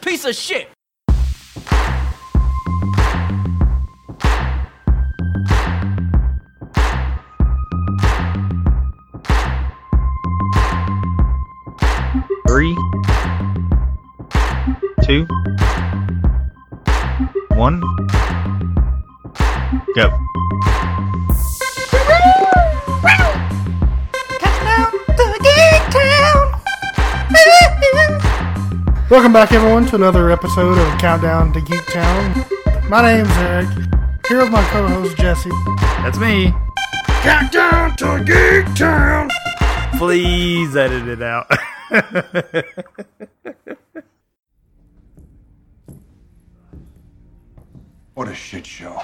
piece of shit. Three, two, one, go. Welcome back, everyone, to another episode of Countdown to Geek Town. My name's Eric. Here with my co-host Jesse. That's me. Countdown to Geek Town. Please edit it out. What a shit show.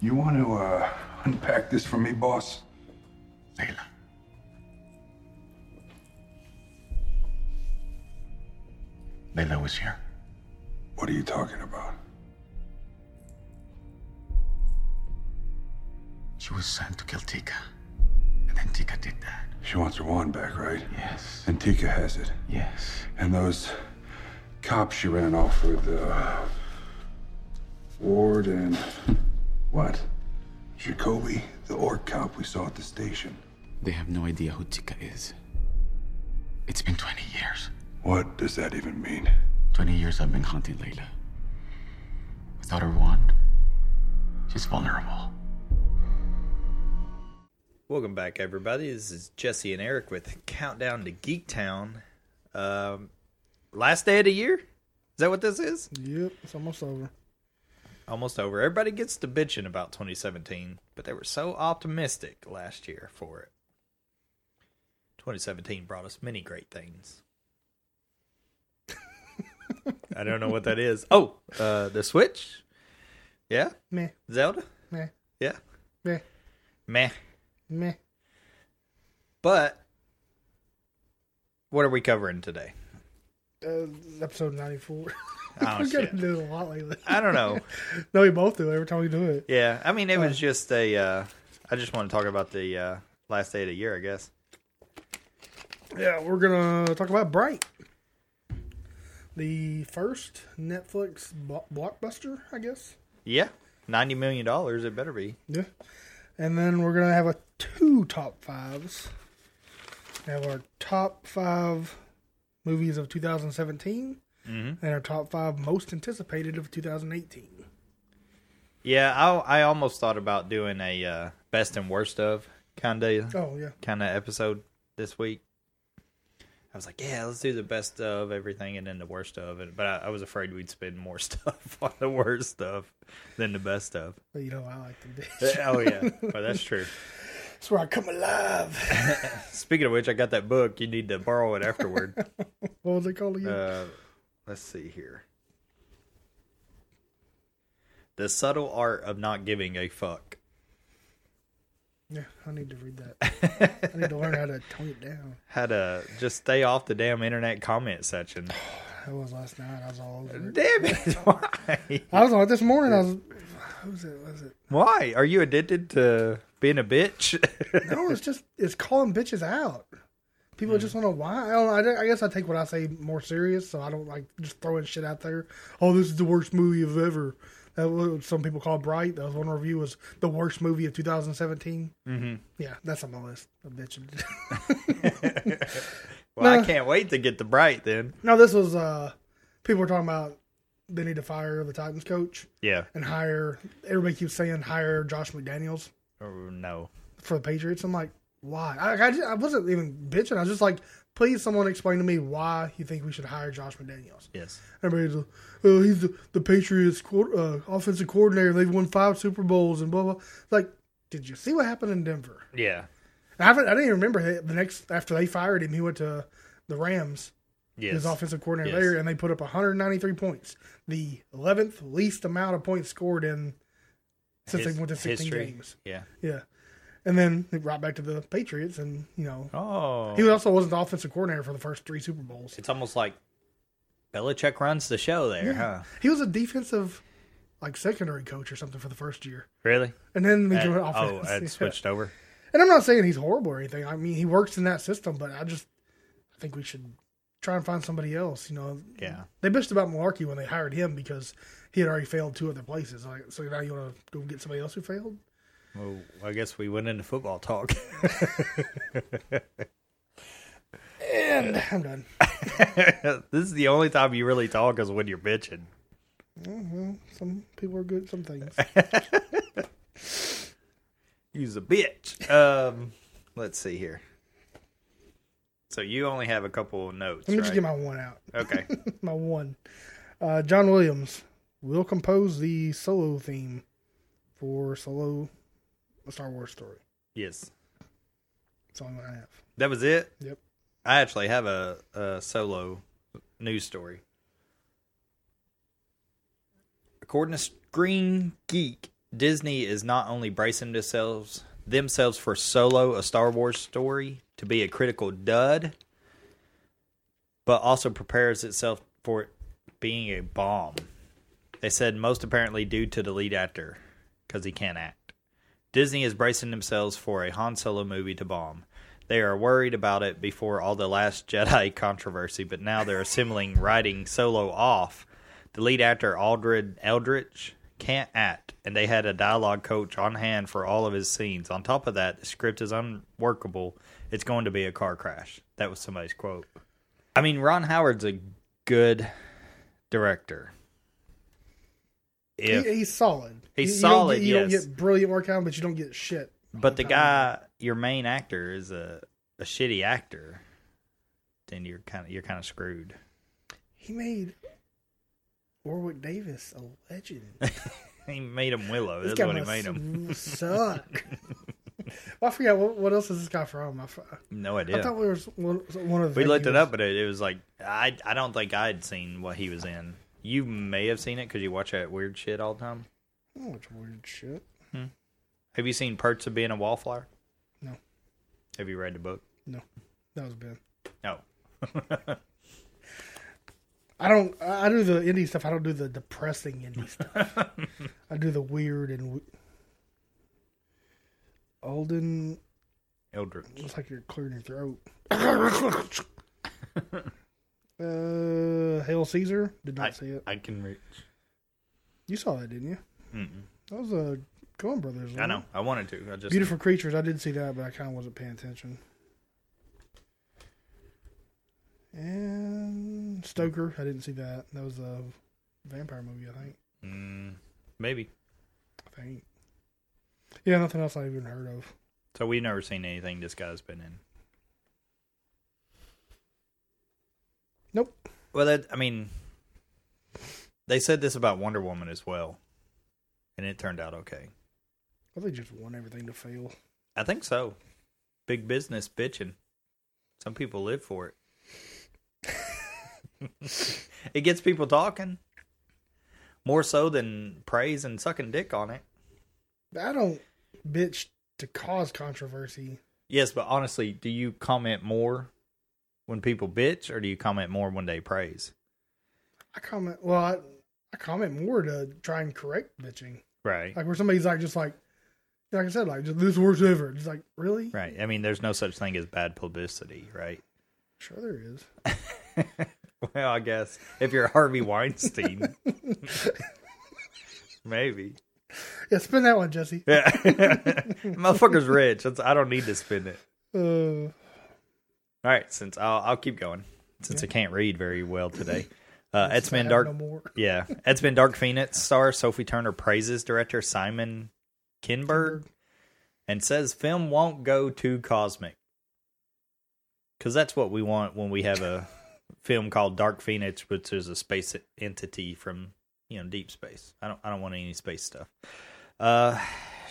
You want to uh, unpack this for me, boss? Layla. Layla was here. What are you talking about? She was sent to kill Tika. And then Tika did that. She wants her wand back, right? Yes. And Tika has it. Yes. And those cops she ran off with, uh, Ward and what? Jacoby, the orc cop we saw at the station. They have no idea who Tika is. It's been 20 years. What does that even mean? 20 years I've been hunting Layla. Without her wand, she's vulnerable. Welcome back, everybody. This is Jesse and Eric with Countdown to Geek Town. Um, last day of the year? Is that what this is? Yep, it's almost over. Almost over. Everybody gets to bitching about 2017, but they were so optimistic last year for it. 2017 brought us many great things. I don't know what that is. Oh, uh, the Switch? Yeah? Meh, Zelda? meh, Yeah? meh, Meh. meh. But what are we covering today? Uh, episode ninety-four. Oh, We're gonna shit. do it a lot lately. I don't know. No, we both do it every time we do it. Yeah, I mean, it was just a. Uh, I just want to talk about the uh, last day of the year, I guess. Yeah, we're gonna talk about Bright, the first Netflix blo- blockbuster, I guess. Yeah, ninety million dollars. It better be. Yeah. And then we're gonna have a two top fives. We have our top five movies of 2017 and our top five most anticipated of 2018. Yeah, I I almost thought about doing a uh, best and worst of kind of Oh yeah, kind of episode this week. I was like, yeah, let's do the best of everything and then the worst of it. But I, I was afraid we'd spend more stuff on the worst stuff than the best of. but you know I like them days. oh yeah, but that's true. That's where I come alive. Speaking of which, I got that book. You need to borrow it afterward. What was it called again? Uh, let's see here. The subtle art of not giving a fuck. yeah, I need to read that. I need to learn how to tone it down. How to just stay off the damn internet comment section. That was last night. I was all over. It. Damn it! Why? I was on it this morning. I was. Who's it? Was it? Why are you addicted to being a bitch? No, it's just it's calling bitches out. People just want to why. I don't. know. I, don't- I guess I take what I say more serious, so I don't like just throwing shit out there. Oh, this is the worst movie of ever. That was what some people call Bright. That was one review was the worst movie of 2017. Mm-hmm. Yeah, that's on my list. of bitching. well, I No. can't wait to get the bright then. no, this was uh, people were talking about they need to fire the Titans coach Yeah. and hire. Everybody keeps saying hire Josh McDaniels. Oh, no. for the Patriots. I'm like, why? I, I, just- I wasn't even bitching. I was just like, please, someone explain to me why you think we should hire Josh McDaniels. Yes. Everybody's like, oh, he's the, the Patriots co- uh, offensive coordinator. They've won five Super Bowls and blah, blah. It's Like, did you see what happened in Denver? Yeah. And I, haven't- I didn't even remember it. the next after they fired him, he went to the Rams, Yes. his offensive coordinator Yes. there, and they put up 193 points, the 11th least amount of points scored in since His they went to 16 history. games. Yeah. Yeah. And then right back to the Patriots, and you know Oh. he also wasn't the offensive coordinator for the first three Super Bowls. It's almost like Belichick runs the show there, huh? He was a defensive, like secondary coach or something for the first year, Really? and then he That- went oh, offense. it Yeah. switched over. And I'm not saying he's horrible or anything. I mean, he works in that system, but I just I think we should try and find somebody else. You know, Yeah. they bitched about Malarkey when they hired him because he had already failed two other places. Like, so now you want to go get somebody else who failed? Well, I guess we went into football talk. And I'm done. this is the only time you really talk is when you're bitching. Well, some people are good at some things. Use a bitch. Um, let's see here. So you only have a couple of notes, Let me right? just get my one out. okay. My one. Uh, John Williams will compose the solo theme for Solo, a Star Wars story. yes, That's all I have. that was it. Yep. I actually have a, a solo news story. According to Screen Geek, Disney is not only bracing themselves themselves for Solo, a Star Wars story, to be a critical dud, but also prepares itself for it being a bomb. They said most apparently due to the lead actor because he can't act. Disney is bracing themselves for a Han Solo movie to bomb. They are worried about it before all the Last Jedi controversy, but now they're assembling writing Solo off. The lead actor Aldred Eldritch can't act, and they had a dialogue coach on hand for all of his scenes. On top of that, the script is unworkable. It's going to be a car crash. That was somebody's quote. I mean, Ron Howard's a good director. If He, he's solid. He's You- you solid, Don't get, you yes. don't get brilliant work out, of him, but you don't get shit. But the guy, your main actor, is a, a shitty actor. Then you're kind of you're kind of screwed. He made Warwick Davis a legend. He made him Willow. This That's guy what he must made him. Suck. well, I forgot what, what else is this guy from. I, f- No I idea. thought we were one, one of. the we looked it regulars. up, but it, it was like I I don't think I'd seen what he was in. You may have seen it because you watch that weird shit all the time. I don't watch Oh, weird shit. Have you seen Perks of Being a Wallflower? No. Have you read the book? No, that was Ben. No. I don't. I I do the indie stuff. I don't do the depressing indie stuff. I do the weird and. W- Alden, Eldritch. looks like you're clearing your throat. uh, Hail Caesar. Did not I, see it. I can reach. You saw that, didn't you? Mm-mm. That was a Coen Brothers. wasn't I it? know. I wanted to. I just Beautiful creatures. I did see that, but I kind of wasn't paying attention. And Stoker. I didn't see that. That was a vampire movie, I think. Mm, maybe. I think. Yeah, nothing else I've even heard of. So we've never seen anything this guy's been in. Nope. Well, that I mean, they said this about Wonder Woman as well, and it turned out okay. I think just want everything to fail. I think so. Big business bitching. Some people live for it. it gets people talking more so than praise and sucking dick on it. But I don't bitch to cause controversy. Yes, but honestly, do you comment more when people bitch, or do you comment more when they praise? I comment. Well, I, I comment more to try and correct bitching. Right. Like where somebody's like, just like, like I said, like just, this is worst ever. Just like, really? Right. I mean, there's no such thing as bad publicity, right? Sure, there is. Well, I guess if you're Harvey Weinstein, maybe. Yeah, spin that one, Jesse. Yeah. Motherfucker's rich. That's, I don't need to spend it. Uh, All right. Since I'll, I'll keep going, since I can't read very well today. Uh, it's been have dark. No more. Yeah, it's been Dark Phoenix star Sophie Turner praises director Simon Kinberg and says film won't go too cosmic. Cuz that's what we want when we have a film called Dark Phoenix which is a space entity from, you know, deep space. I don't I don't want any space stuff. Uh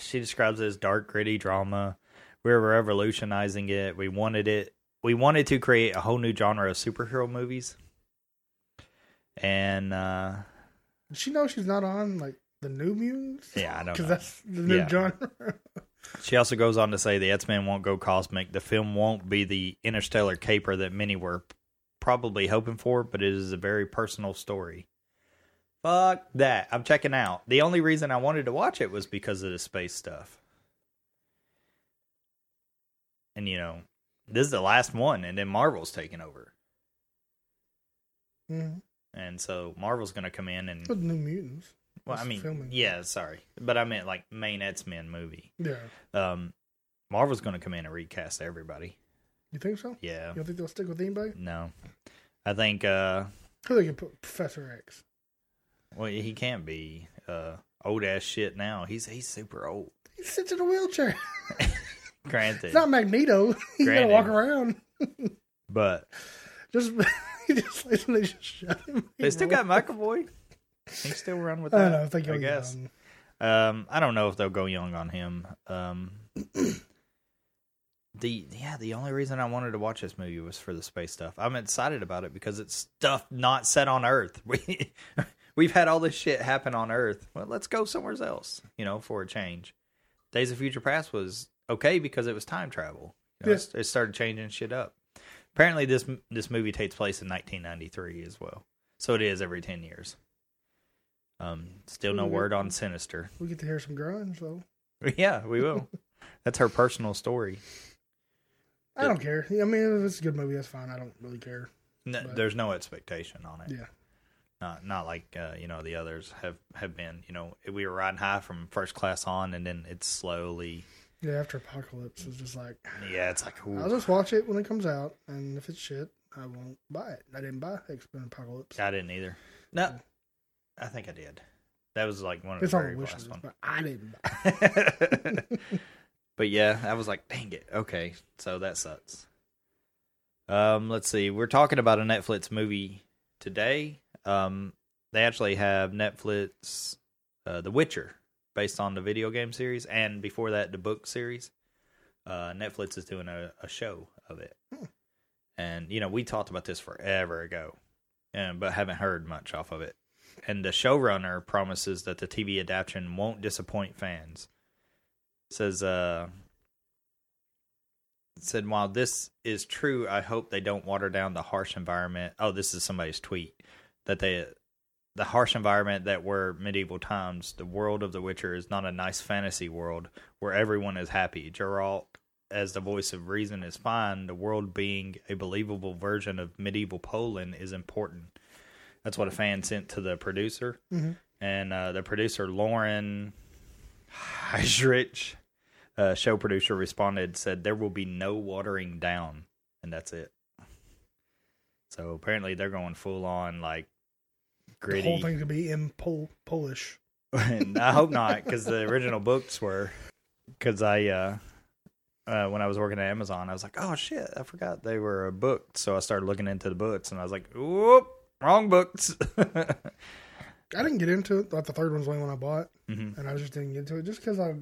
she describes it as dark gritty drama. We're revolutionizing it. We wanted it. We wanted to create a whole new genre of superhero movies. And uh Did she know she's not on like the New Mutants? Yeah, I don't Because know. that's the new Yeah. genre. She also goes on to say the X Men won't go cosmic. The film won't be the interstellar caper that many were probably hoping for, but it is a very personal story. Fuck that. I'm checking out. The only reason I wanted to watch it was because of the space stuff. And, you know, this is the last one, and then Marvel's taking over. Mhm. And so Marvel's going to come in and With New Mutants. well, I it's mean, filming. yeah, sorry, but I meant like main X Men movie. Yeah. Um, Marvel's going to come in and recast everybody. You think so? Yeah, You don't think they'll stick with anybody? no, I think uh, Who they could put Professor X? well, he can't be uh old ass shit now. He's he's super old. He sits in a wheelchair. Granted, It's not Magneto. He's gotta Granted. walk around. but Just he just like they just shut him. they still got Michael Boyd. They still run with I that. don't know. I think I he'll guess. um, Um, I don't know if they'll go young on him. Um, the yeah, the only reason I wanted to watch this movie was for the space stuff. I'm excited about it because it's stuff not set on Earth. We we've had all this shit happen on Earth. Well, let's go somewhere else, you know, for a change. Days of Future Past was okay because it was time travel. You know, Yeah. it's- It started changing shit up. Apparently, this m- this movie takes place in 1993 as well, so it is every 10 years. Um, still no Ooh. word on Sinister. we get to hear some grunge though. Yeah, we will. That's her personal story. I don't care. I mean, if it's a good movie, that's fine. I don't really care. No, But- there's no expectation on it. Yeah. Not not like uh, you know the others have have been. You know, we were riding high from first class on, and then it's slowly. Yeah, after Apocalypse is just like Yeah, it's like ooh, I'll just watch it when it comes out, and if it's shit, I won't buy it. I didn't buy X Men Apocalypse. I didn't either. No, I think I did. That was like one of It's the on the very wish last list, one. but I didn't. Buy it. but yeah, I was like, dang it. Okay, so that sucks. Um, let's see. We're talking about a Netflix movie today. Um, they actually have Netflix, uh, The Witcher, based on the video game series, and before that, the book series. Uh, Netflix is doing a, a show of it, and you know we talked about this forever ago, and but haven't heard much off of it. And the showrunner promises that the TV adaptation won't disappoint fans says uh said while this is true i hope they don't water down the harsh environment oh this is somebody's tweet that they the harsh environment that were medieval times the world of the witcher is not a nice fantasy world where everyone is happy geralt as the voice of reason is fine the world being a believable version of medieval poland is important that's what a fan sent to the producer Mm-hmm. and uh, the producer lauren Heisrich, uh, show producer, responded, said, There will be no watering down. And that's it. So apparently they're going full on like The gritty. whole thing could be in Pol- Polish. and I hope not, because the original books were. Because I, uh, uh, when I was working at Amazon, I was like, "Oh shit, I forgot they were a book." So I started looking into the books, and I was like, "Whoop, wrong books." I didn't get into it. Like the third one's the only one I bought, Mhm. and I just didn't get into it just because I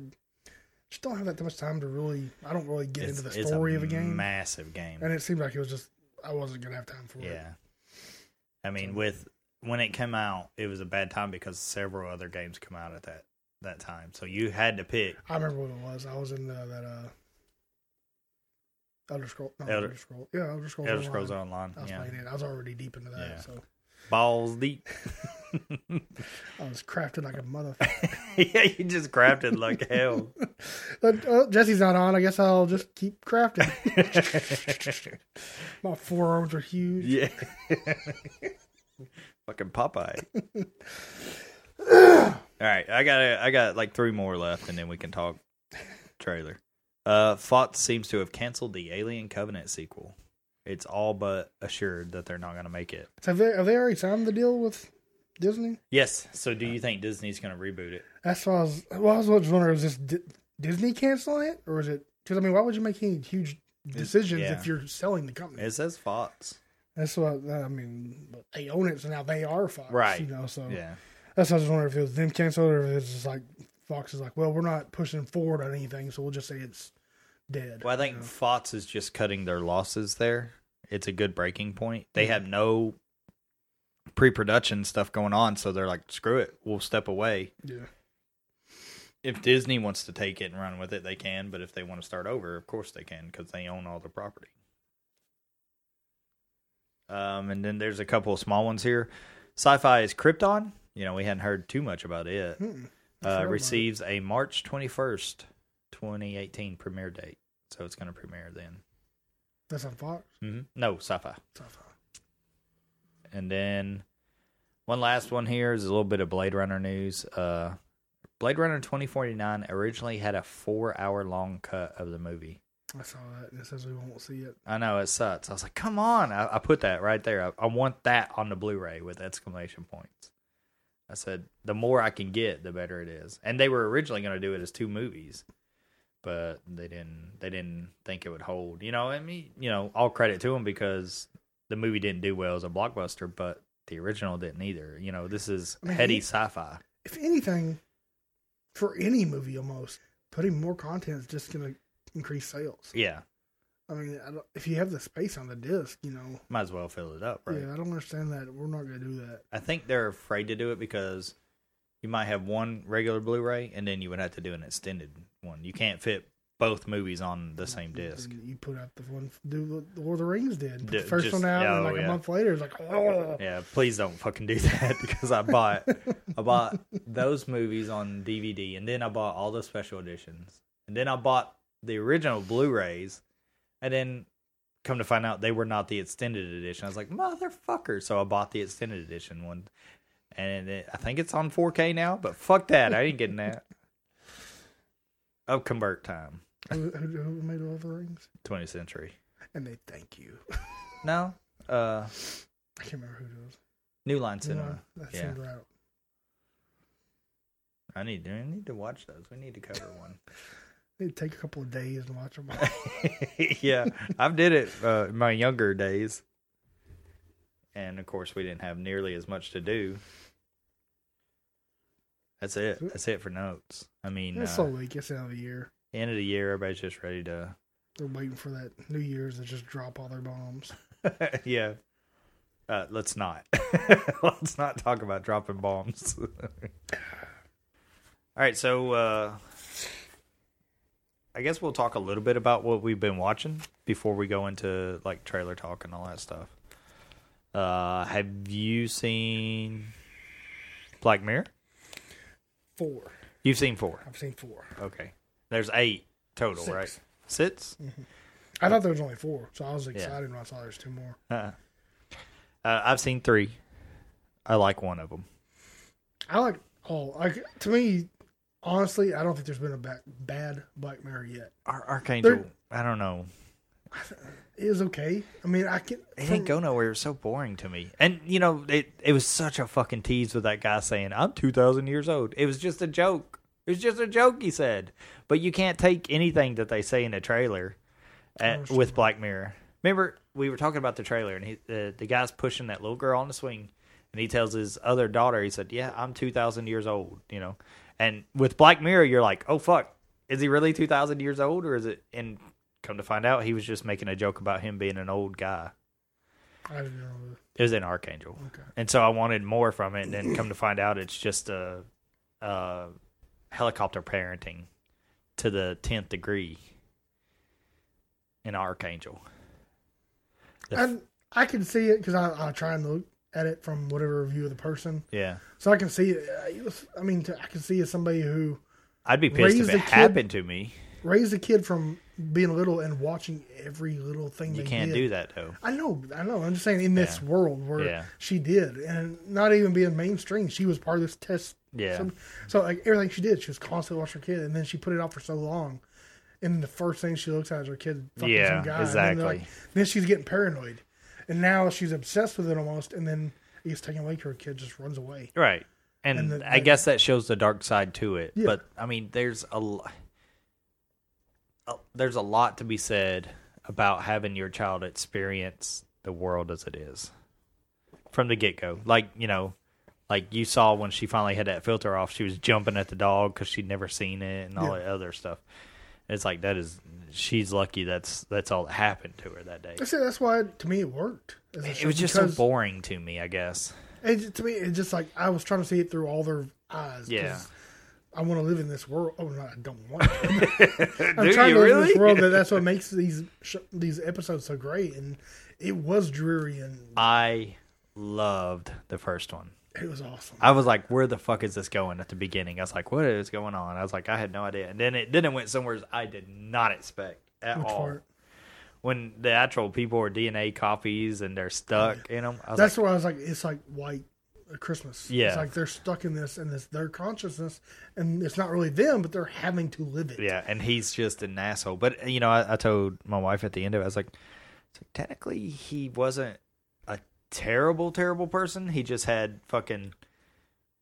just don't have that much time to really. I don't really get It's- into the it's story of a game, massive game. and it seemed like it was just I wasn't gonna have time for it. Yeah. I mean, with when it came out, it was a bad time because several other games come out at that that time. So you had to pick I remember what it was. I was in uh, that uh, Elder Scroll. No, Elder- Elder, Scroll. Yeah, Elder Scrolls. Elder Online. Scrolls Online. I was Yeah. playing it. I was already deep into that, Yeah. so Balls deep. I was crafting like a motherfucker. yeah, you just crafted like hell. But, uh, Jesse's not on. I guess I'll just keep crafting. My forearms are huge. Yeah. Fucking Popeye. All right, I got I got like three more left, and then we can talk trailer. Uh, Fox seems to have canceled the Alien Covenant sequel. It's all but assured that they're not going to make it. So have, they, have they already signed the deal with Disney? Yes. So, do you think Disney's going to reboot it? That's why I was. Well, I was wondering, is this Di- Disney canceling it, or is it? Because I mean, why would you make any huge decisions yeah. if you're selling the company? It says Fox. That's what I mean. But they own it, so now they are Fox, Right. You know, so Yeah. That's what I was wondering if it was them canceled or if it's just like Fox is like, well, we're not pushing forward on anything, so we'll just say it's dead. Well, I think Fox is just cutting their losses there. It's a good breaking point. They have no pre-production stuff going on, so they're like, "Screw it, we'll step away." Yeah. If Disney wants to take it and run with it, they can. But if they want to start over, of course they can because they own all the property. Um, and then there's a couple of small ones here. Sci-fi is Krypton. You know, we hadn't heard too much about it. Mm-mm. I forgot Uh, about it. receives a March 21st, 2018 premiere date. So it's going to premiere then. That's on Fox. hmm No, sci-fi. Sci-fi. And then one last one here is a little bit of Blade Runner news. Uh, Blade Runner 2049 originally had a four hour long cut of the movie. I saw that. and It says we won't see it. I know it sucks. I was like, come on. I, I put that right there. I, I want that on the Blu ray with exclamation points. I said, the more I can get, the better it is. And they were originally going to do it as two movies, but they didn't, they didn't think it would hold. You know, I mean, you know, all credit to them because the movie didn't do well as a blockbuster, but the original didn't either. You know, this is Man, heady he- sci fi. If anything, for any movie almost, putting more content is just going to increase sales. Yeah. I mean, I don't, if you have the space on the disc, you know, Might as well fill it up, right? yeah, I don't understand that. We're not going to do that. I think they're afraid to do it because you might have one regular Blu-ray and then you would have to do an extended one. You can't fit both movies on the same disc. And You put out the one, do what the Lord of the Rings did. Put Do- the first just- one out, and oh, like yeah. a month later, it's like, oh, Yeah, please don't fucking do that because I bought I bought those movies on DVD and then I bought all the special editions. And then I bought the original Blu-rays and then come to find out they were not the extended edition. I was like, "Motherfucker." So I bought the extended edition one. And it, I think it's on 4K now, but fuck that. I ain't getting that. Oh, convert time. who, who, who made Lord of the Rings? 20th century. And they thank you. No. Uh I can't remember who it was. New Line Cinema. No, that yeah. seemed right. I need I need to watch those. We need to cover one. It'd take a couple of days and watch them. all. yeah, I did it uh, in my younger days, and of course we didn't have nearly as much to do. That's it. That's it for notes. I mean, It's uh, so late. It's the end of the year. end of the year, everybody's just ready to. They're waiting for that New Year's to just drop all their bombs. yeah, uh, let's not. let's not talk about dropping bombs. All right, so uh, I guess we'll talk a little bit about what we've been watching before we go into like trailer talk and all that stuff. Uh, have you seen Black Mirror? Four. You've seen four. I've seen four. Okay, there's eight total, Six. right? Six. I thought there was only four, so I was Yeah. excited when I saw there's two more. Uh, uh, I've seen three. I like one of them. I like all. Like to me, honestly, I don't think there's been a ba- bad Black Mirror yet. Ar- Archangel. They're- I don't know. It is okay. I mean, I can. It didn't go nowhere. It was so boring to me. And you know, it it was such a fucking tease with that guy saying, "I'm two thousand years old." It was just a joke. It was just a joke. He said, but you can't take anything that they say in a trailer at, with Black Mirror. Remember, we were talking about the trailer, and he, uh, the the guy's pushing that little girl on the swing, and he tells his other daughter, he said, "Yeah, I'm two thousand years old." You know, and with Black Mirror, you're like, "Oh fuck, is he really two thousand years old, or is it?" And come to find out, he was just making a joke about him being an old guy. I don't know. It was an Archangel. Okay. And so I wanted more from it, and then come to find out, it's just a, a helicopter parenting to the tenth degree. An Archangel. The f- I I can see it because I I try and look at it from whatever view of the person, yeah, so I can see it. Uh, it was- I mean, I can see as somebody who I'd be pissed Raise if the it kid- happened to me. raised a kid from being little and watching every little thing. You they can't did. do that though. I know, I know. I'm just saying in this Yeah. world where Yeah. she did, and not even being mainstream, she was part of this test. Yeah. some- So, like everything she did, she was constantly watching her kid, and then she put it off for so long, and the first thing she looks at is her kid. Fucking Yeah, some guy. and then they're like- exactly. then she's getting paranoid, and now she's obsessed with it almost, and then it gets taken away. 'cause Her kid just runs away. Right. And, And the- I the- guess that shows the dark side to it. Yeah. But I mean, there's a, l- a- there's a lot to be said about having your child experience the world as it is from the get go. Like you know, like you saw when she finally had that filter off, she was jumping at the dog because she'd never seen it and all Yeah. that other stuff. It's like that is she's lucky that's that's all that happened to her that day. I said that's why to me it worked. as a It show, was just so because boring to me, I guess. it j- to me, it just like I was trying to see it through all their eyes. 'cause Yeah. I want to live in this world. Oh no, I don't want. to. Do I'm you trying to live in this really? world that that's what makes these sh- these episodes so great. And it was dreary and I loved the first one. it was awesome. I was like, "Where the fuck is this going?" At the beginning, I was like, "What is going on?" I was like, "I had no idea." And then it then it went somewhere I did not expect at Which all. part? when the actual people are DNA copies and they're stuck in them. I was That's like, where I was like, it's like white Christmas. Yeah. It's like they're stuck in this and it's their consciousness and it's not really them, but they're having to live it. yeah, and he's just an asshole. But you know, I, I told my wife at the end of it, I was like, so technically, he wasn't a terrible, terrible person. He just had fucking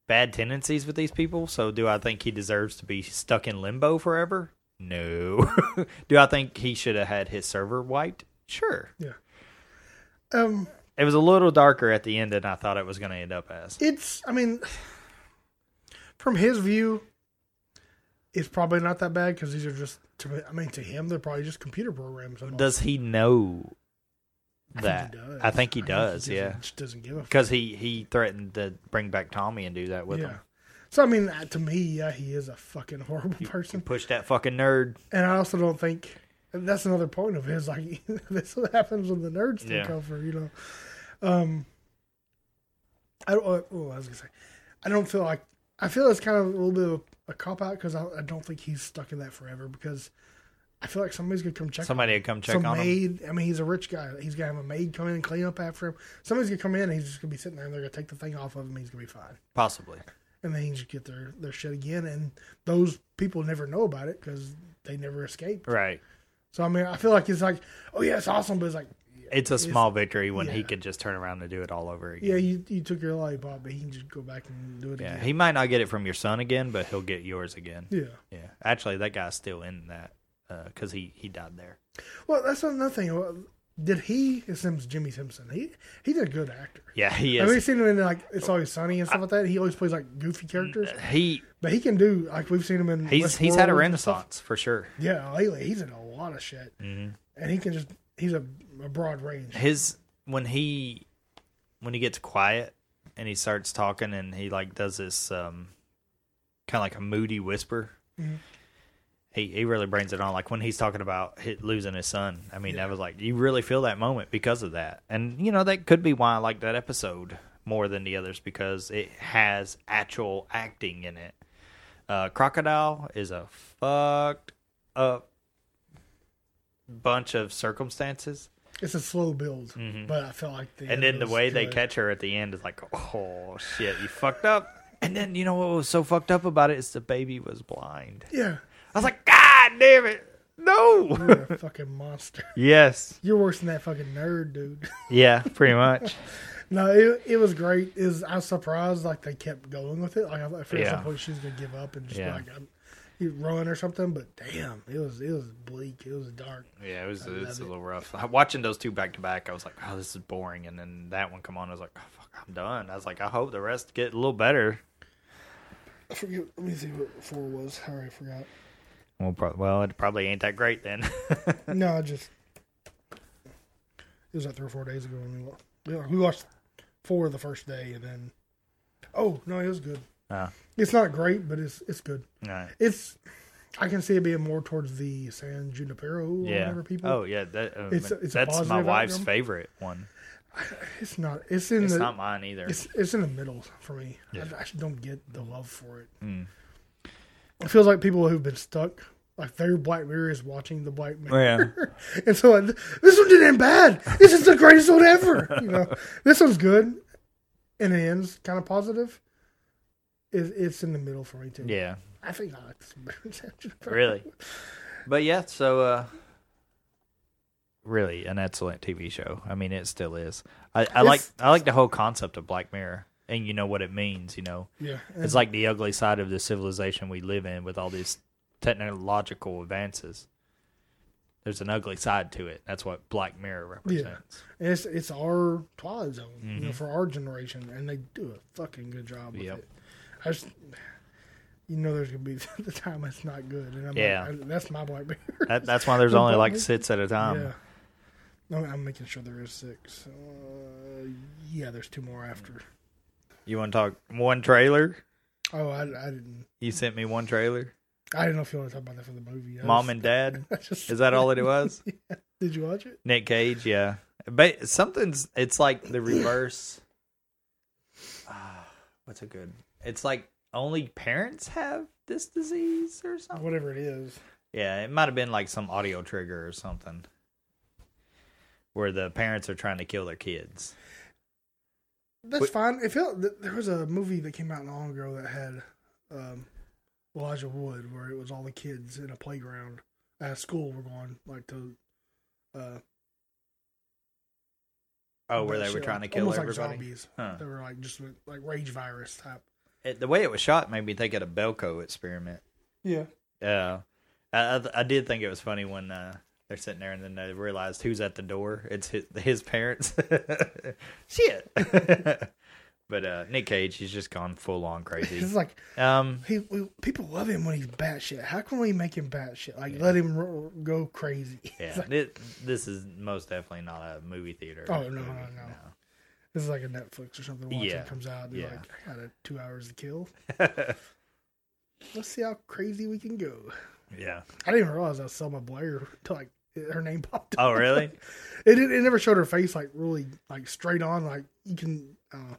bad tendencies with these people. So, do I think he deserves to be stuck in limbo forever? No. do I think he should have had his server wiped? Sure. Um, It was a little darker at the end than I thought it was going to end up as. it's, I mean, from his view, it's probably not that bad because these are just, to, I mean, to him, they're probably just computer programs. and all. Does he know I that? think he does. I think he does, just- yeah. Just doesn't give a fuck. Because he, he threatened to bring back Tommy and do that with him. So I mean, uh, to me, yeah, he is a fucking horrible person, Push that fucking nerd. and I also don't think and that's another point of his. Like this happens when the nerds take Yeah. over, you know. Um, I don't. uh, Oh, I was gonna say, I don't feel like I feel it's kind of a little bit of a cop out because I, I don't think he's stuck in that forever because I feel like somebody's gonna come check. on Somebody would come check some on him. maid. I mean, he's a rich guy. He's gonna have a maid come in and clean up after him. Somebody's gonna come in and he's just gonna be sitting there and they're gonna take the thing off of him. and He's gonna be fine Possibly. and they just get their their shit again and those people never know about it because they never escaped Right. so i mean i feel like it's like oh yeah it's awesome but it's like It's a small victory when he yeah. could just turn around and do it all over again. yeah you, you took your lollipop but he can just go back and do it Yeah, again He might not get it from your son again, but he'll get yours again. yeah Yeah. Actually, that guy's still in that because he, he died there. well that's another thing Well, did he it seems jimmy simpson he he's a good actor Yeah, he Have we is. seen him in like It's Always Sunny and stuff like that? He always plays like goofy characters, He but he can do like we've seen him in. he's he's had a Westworld and stuff. renaissance for sure. Yeah, lately he's in a lot of shit, Mm-hmm. and he can just he's a, a broad range. his when he when he gets quiet and he starts talking and he like does this um kind of like a moody whisper he he really brings it on like when he's talking about hit, losing his son i mean that was like you really feel that moment because of that and you know that could be why i like that episode more than the others because it has actual acting in it uh crocodile is a fucked up bunch of circumstances It's a slow build, but I felt like the Mm-hmm. and end then the was way they good. catch her at the end is like, oh shit, you fucked up. And then you know what was so fucked up about it is the baby was blind. yeah, I was like, God damn it, no. you're a fucking monster. yes. You're worse than that fucking nerd, dude. Yeah. Pretty much. no, it, it was great. Is I was surprised like they kept going with it. Like I thought at Yeah. some point she was gonna give up and just Yeah. be like I'm, you run or something. But damn, it was it was bleak. It was dark. Yeah, it was I it's love a it. little rough. Watching those two back to back, I was like, oh, this is boring. And then that one come on, I was like, oh, fuck, I'm done. I was like, I hope the rest get a little better. I forget. Let me see what four was. I already forgot. Well, pro- well, it probably ain't that great then. no, I just it was like three or four days ago when we wa- we wa- we watched four the first day and then oh no, it was good. Ah. It's not great, but it's it's good. Nah. It's I can see it being more towards the San Junipero or Yeah. whatever people. Oh yeah, that, uh, It's a- it's a that's my positive wife's outcome. favorite one. it's not. It's in It's the. not mine either. it's it's in the middle for me. Yeah. Hmm. I, I just don't get the love for it. It feels like people who've been stuck, like their Black Mirror is watching the Black Oh, Mirror. and so I, this one didn't end bad. This is the greatest one ever. You know, this one's good, and it ends kind of positive. It, it's in the middle for me too. Yeah. I think I like this better. really but yeah so uh really an excellent tv show i mean it still is i, I like i like the whole concept of black mirror and you know what it means you know Yeah, it's like the ugly side of the civilization we live in with all these technological advances there's an ugly side to it that's what black mirror represents And it's it's our Twilight Zone, you know, for our generation, and they do a fucking good job with Mm-hmm. Yep. it. I just, you know, there's gonna be the time it's not good, and I'm Yeah. like, I- that's my Black Mirror. that, that's um, why there's The only Black like Mirror? six at a time yeah. No, I'm making sure there is six. Uh, yeah, there's two more Mm. after. you want to talk one trailer Oh, I, I didn't. you sent me one trailer I didn't know if you want to talk about that for the movie. I mom just- and dad I just- is that all that it was Did you watch it? Nick Cage, yeah. But something's it's like the reverse. Ah, what's a good? It's like only parents have this disease or something. Whatever it is. Yeah, it might have been like some audio trigger or something. where the parents are trying to kill their kids. That's fine. If it, th- there was a movie that came out long ago that had um, Elijah Wood, where it was all the kids in a playground at school were going like to uh, Oh, where that they were shit, trying to like- kill almost everybody. Like zombies. Huh. They were like just like rage virus type. It- the way it was shot made me think of the Belko experiment. Yeah. Yeah, I, I, I did think it was funny when uh, they're sitting there and then they realized who's at the door. It's his, his parents. Shit. but uh, Nick Cage, he's just gone full on It's crazy. like Um, he we, people love him when he's batshit. How can we make him batshit? Like let him ro- go crazy. yeah, It's like, thi- this is most definitely not a movie theater. Oh, no, movie, no, no. this is like a Netflix or something. Watch Yeah. it comes out. They're Yeah. like, I got a two hours to kill. Let's see how crazy we can go. Yeah. I didn't even realize that was Selma Blair until like her name popped up. Oh, really? It didn't- it never showed her face like really like straight on. Like you can uh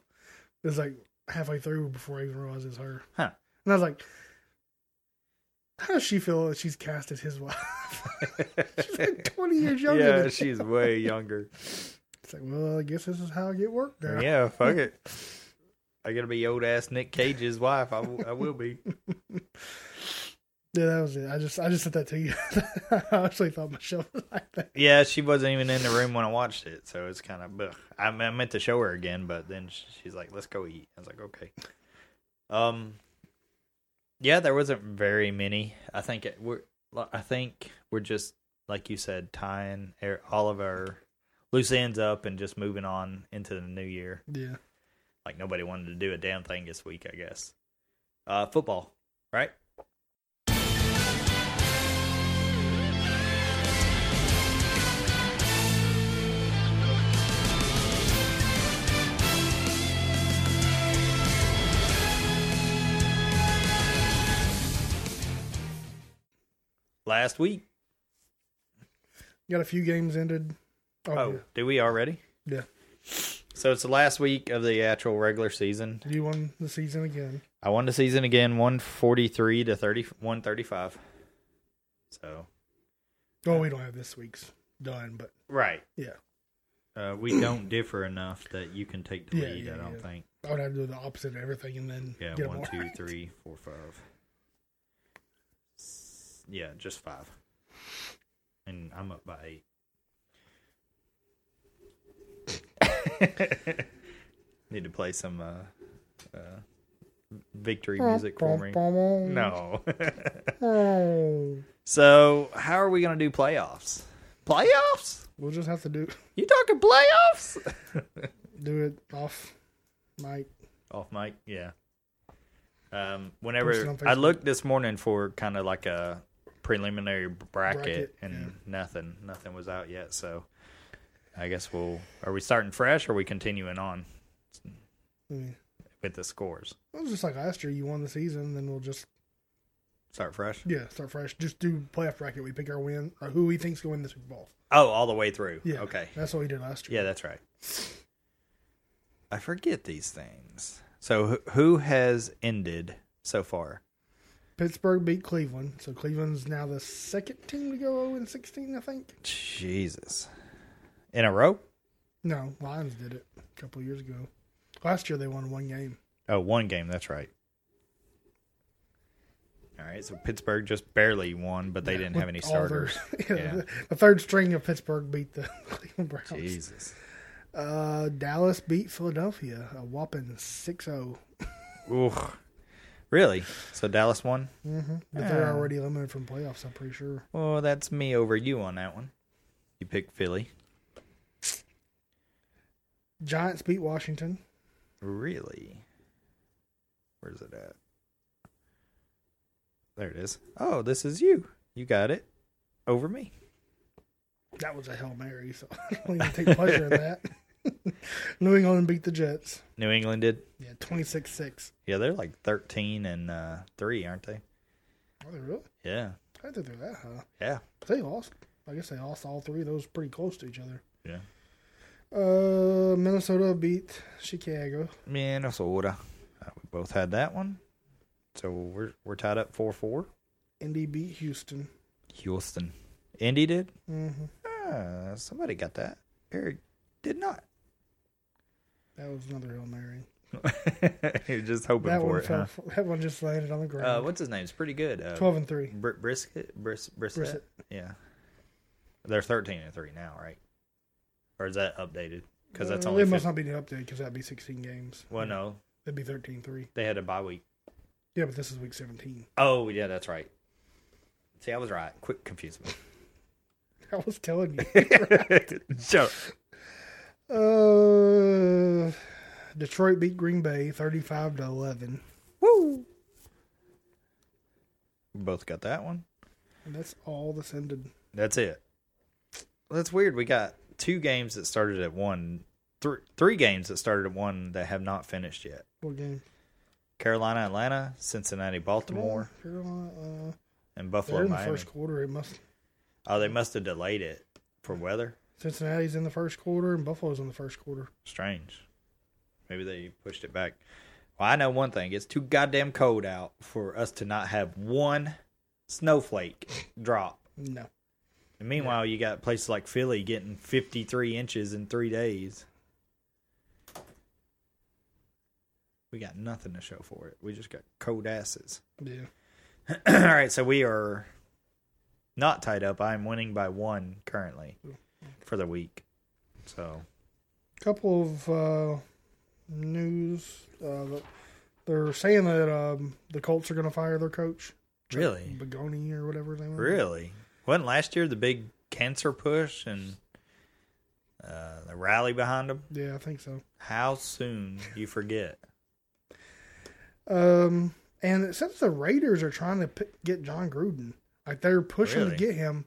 it was like halfway through before I even realized it was her. Huh. And I was like, How does she feel that she's cast as his wife? she's like twenty years younger yeah, than she's way younger. it's like, Well, I guess this is how I get work now. Yeah, fuck it. I gotta be old ass Nick Cage's wife. I, w- I will be. Yeah, that was it. I just I just said that to you. I actually thought Michelle was like that. Yeah, she wasn't even in the room when I watched it, so it's kind of. Ugh. I, mean, I meant to show her again, but then sh- she's like, "Let's go eat." I was like, "Okay." Um. Yeah, there wasn't very many. I think it, we're. li- I think we're just like you said, tying er- all of our loose ends up and just moving on into the new year. Yeah. Like nobody wanted to do a damn thing this week, I guess. Uh, football, right? Last week. Got a few games ended. Oh, Oh, do we already? yeah. yeah. So it's the last week of the actual regular season. You won the season again. I won the season again, one forty three to thirty one thirty five. So Oh, we don't have this week's done, but right, yeah. uh, we don't differ enough that you can take the Yeah, lead. yeah, I don't yeah. think. I would have to do the opposite of everything and then Yeah, get 'em one, all two, right. three, four, five. S- Yeah, just five, and I'm up by eight. Need to play some uh, uh, victory music for me. No. Oh. So, how are we going to do playoffs? Playoffs? We'll just have to do You talking playoffs? do it off mic. Off mic, yeah. Um, Post it whenever on I Facebook. looked this morning for kind of like a preliminary bracket, Bracket, and nothing, nothing was out yet. So, I guess we'll. Are we starting fresh? Or are we continuing on I mean, with the scores? it was just like last year. You won the season, then we'll just Start fresh. yeah start fresh. Just do playoff bracket. We pick our win or who we think's going to win the Super Bowl. Oh, all the way through. Yeah, Okay. That's what we did last year. Yeah, that's right. I forget these things. So, who- who has ended so far? Pittsburgh beat Cleveland, so Cleveland's now the second team to go zero and sixteen. I think. Jesus. In a row? No, Lions did it a couple years ago. Last year they won one game. Oh, one game. That's right. All right. So Pittsburgh just barely won, but they didn't have any With all their- starters. yeah, Yeah. The, the third string of Pittsburgh beat the Cleveland Browns. Jesus. Uh, Dallas beat Philadelphia a whopping oh. 6 0. Oof. Really? So Dallas won? Mm-hmm. But they're already eliminated from playoffs, I'm pretty sure. Well, Oh, that's me over you on that one. You picked Philly. Giants beat Washington. Really? Where's it at? There it is. Oh, this is you. You got it. Over me. That was a Hail Mary, so I don't even take pleasure in that. New England beat the Jets. New England did. Yeah, 26 6. Yeah, they're like 13 and uh, 3, aren't they? Are Oh, they really? Yeah. I didn't think they're that high. Yeah. They lost. I guess they lost all three of those pretty close to each other. Yeah. Uh, Minnesota beat Chicago. Minnesota. Uh, we both had that one. So we're we're tied up 4 4. Indy beat Houston. Houston. Indy did? Mm-hmm. Ah, somebody got that. Eric did not. That was another Hail Mary. You're just hoping That for one, it. Huh? fell, that one just landed on the Uh, ground. what's his name's pretty good. Uh, 12 and 3. Br- brisket, bris- brisket? Brisket. Yeah, they're thirteen and three now, right? Or is that updated? Because that's Uh, only It must fif- not be the update because that'd be 16 games. well, no, It'd be 13 3. they had a bye week. Yeah, but this is week 17. Oh yeah, that's right. See, I was right. Quick, confuse me. I was telling you. Shut up. uh, Detroit beat Green Bay 35 to 11. Woo. We both got that one. And that's all that's ended. That's it. That's weird. We got two games that started at one, three three games that started at one that have not finished yet. What game? Carolina, Atlanta, Cincinnati, Baltimore, Carolina. Uh, and they're Buffalo, in the Miami. first quarter. It must. Oh, they must have delayed it for weather. Cincinnati's in the first quarter and Buffalo's in the first quarter. Strange. Maybe they pushed it back. Well, I know one thing. It's too goddamn cold out for us to not have one snowflake drop. No. And meanwhile, you got places like Philly getting 53 inches in three days. We got nothing to show for it. We just got cold asses. Yeah. All right, so we are not tied up. I'm winning by one currently for the week. So couple of uh, news. Uh, they're saying that um, the Colts are going to fire their coach, really, Begoni or whatever his name. is. really, wasn't last year the big cancer push and uh, the rally behind him? Yeah, I think so. How soon you forget? Um, and since the Raiders are trying to pick, get John Gruden, like they're pushing Really? to get him,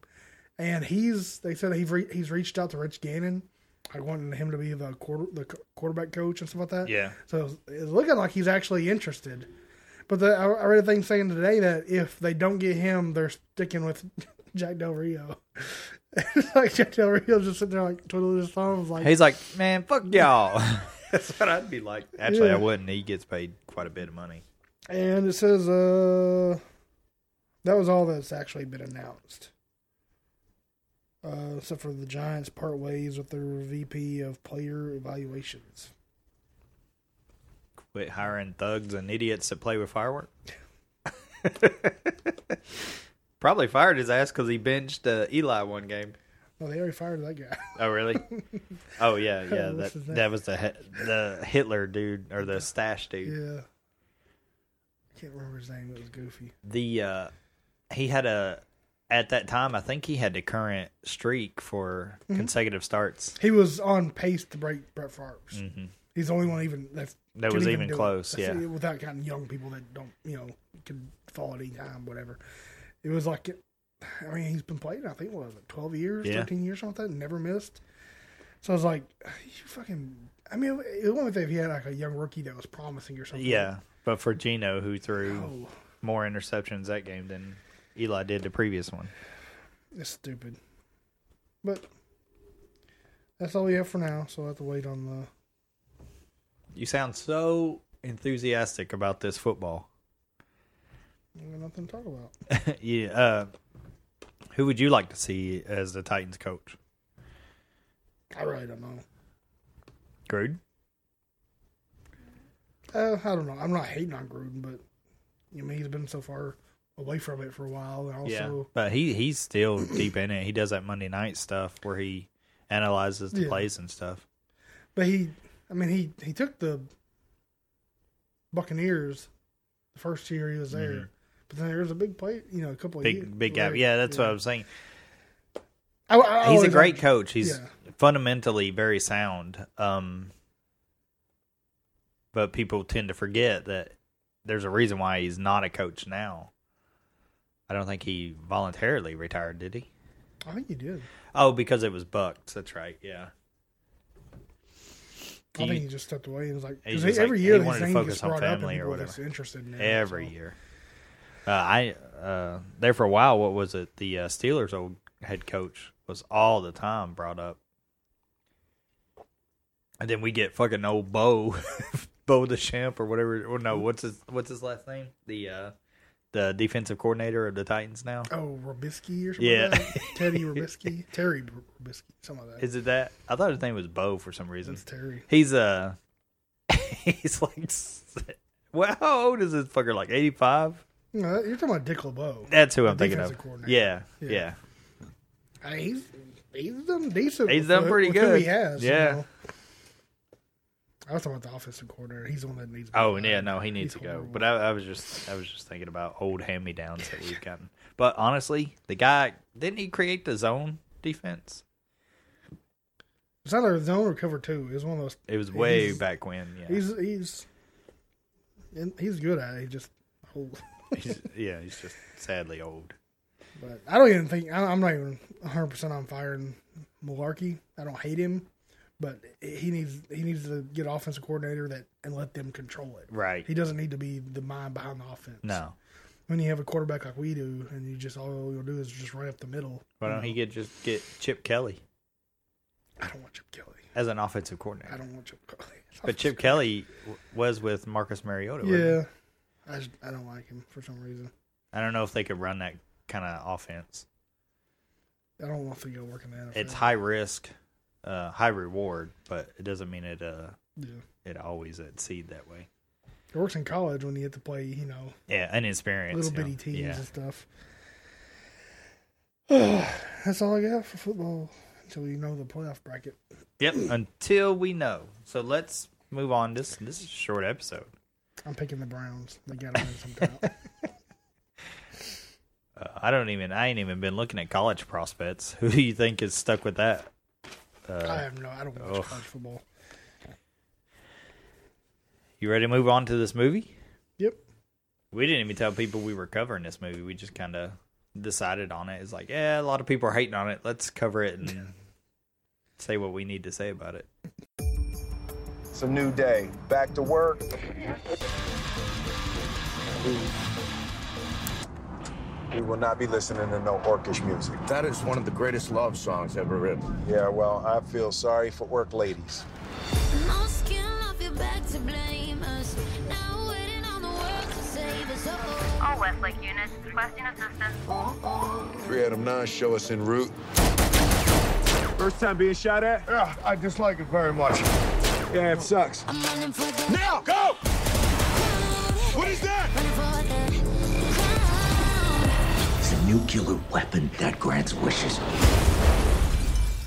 and he's they said he's re- he's reached out to Rich Gannon, like wanting him to be the quarter the c- quarterback coach and stuff like that. Yeah, So it's, it's looking like he's actually interested. But the, I, I read a thing saying today that if they don't get him, they're sticking with Jack Del Rio. it's like Jack Del Rio just sitting there like twiddling his thumbs, like he's like, man, fuck y'all. That's what I'd be like. Actually, Yeah. I wouldn't. He gets paid quite a bit of money. And it says, uh, that was all that's actually been announced. Uh, except for the Giants part ways with their VP of player evaluations. Quit hiring thugs and idiots that play with fireworks. Probably fired his ass because he benched uh, Eli one game. No, they already fired that guy. Oh really? oh yeah, yeah. That What's his name? that was the Hi- the Hitler dude or the stash dude. yeah. I can't remember his name. It was goofy. The uh, he had a at that time I think he had the current streak for Mm-hmm. consecutive starts. He was on pace to break Brett Favre's. He's the only one even that's, Mm-hmm. That can was even do it. close, That's yeah. it, without counting young people that don't, you know, can fall at any time, whatever. It was like, it, I mean, he's been playing. I think what was it, twelve years, Yeah. thirteen years, something, like that, and never missed. So I was like, you fucking. I mean, it wouldn't be if he had like a young rookie that was promising or something. Yeah, but for Gino who threw Oh, more interceptions that game than Eli did the previous one. it's stupid. But that's all we have for now. So I will have to wait on the. You sound so enthusiastic about this football. We got nothing to talk about. yeah. Uh, who would you like to see as the Titans coach? I really don't know. Gruden. Uh, I don't know. I'm not hating on Gruden, but I mean he's been so far away from it for a while, and also But he he's still deep in it. He does that Monday night stuff where he analyzes the Yeah. plays and stuff. but he, I mean he he took the Buccaneers the first year he was there, but then there was a big play, you know, a couple of years, Mm-hmm. Big big gap. Yeah, that's what I was saying. I, I He's a always- great coach. He's Oh, Yeah. fundamentally very sound. Um but people tend to forget that there's a reason why he's not a coach now. I don't think he voluntarily retired, did he? I think he did. Oh, because it was Bucks. That's right. Yeah. I think He- he just stepped away and was like, He's because just every like, year he these wanted to things focus gets on brought up and family or people whatever. that's interested in it. every so. year. Uh, I uh, there for a while. What was it? The uh, Steelers' old head coach was all the time brought up, and then we get fucking old Bo, Bo the Champ or whatever. Or no, what's his what's his last name? The uh, the defensive coordinator of the Titans now. Oh, Robisky or something. Yeah. like that? Teddy Robisky, Terry Robisky, something like that. Is it that? I thought his name was Bo for some reason. It's Terry. He's uh he's like s- well, how old is this fucker? Like eighty five? No, you're talking about Dick LeBeau. That's who I'm The thinking defensive of. coordinator. Yeah, yeah. Yeah. I mean, Uh, he's he's done decent. He's with done what- pretty with who good. he has. you Yeah. know. I was talking about the offensive coordinator. He's the one that needs. Oh and Um, yeah, no, he needs He's to go. horrible. But I, I was just I was just thinking about old hand me downs that we've gotten. But honestly, the guy didn't he create the zone defense? It's either zone or cover two. It's one of those. It was way He's- back when, yeah. He's he's and he's good at it. He just. oh. He's- yeah, he's just sadly old. But I don't even think I- I'm not even 100 percent on firing Malarkey. I don't hate him, but he needs he needs to get offensive coordinator that and let them control it. Right. He doesn't need to be the mind behind the offense. No. When you have a quarterback like we do, and you just all you'll do is just run up the middle. Why don't he get just get Chip Kelly I don't want Chip Kelly. as an offensive coordinator? I don't want Chip Kelly. But Chip Kelly w- was with Marcus Mariota. wasn't he? Yeah. I, just, I don't like him for some reason. I don't know if they could run that kind of offense. I don't want to go work in the NFL. It's high risk, uh, high reward, but it doesn't mean it uh, Yeah. it always exceed that way. It works in college when you get to play, you know, Yeah, an experience. little you know? bitty teams Yeah. and stuff. That's all I got for football until you know the playoff bracket. Yep. Until we know. So let's move on. This this is a short episode. I'm picking the Browns. They got to win sometime. Uh, I don't even. I ain't even been looking at college prospects. Who do you think is stuck with that? I have no. I don't watch oh. college football. You ready to move on to this movie? Yep. We didn't even tell people we were covering this movie. We just kind of decided on it. It's like, yeah, a lot of people are hating on it. Let's cover it and say what we need to say about it. It's a new day. Back to work. We will not be listening to no orcish music. That is one of the greatest love songs ever written. Yeah, well, I feel sorry for work ladies. No skin off your back to blame us. Now waiting on the world to save us. Oh, All Westlake units requesting assistance. oh, oh. 389, show us en route. First time being shot at? Yeah, I dislike it very much. Yeah, it sucks. I'm running for the Now, go! crown. What is that? Running for the crown. It's a nuclear weapon that grants wishes.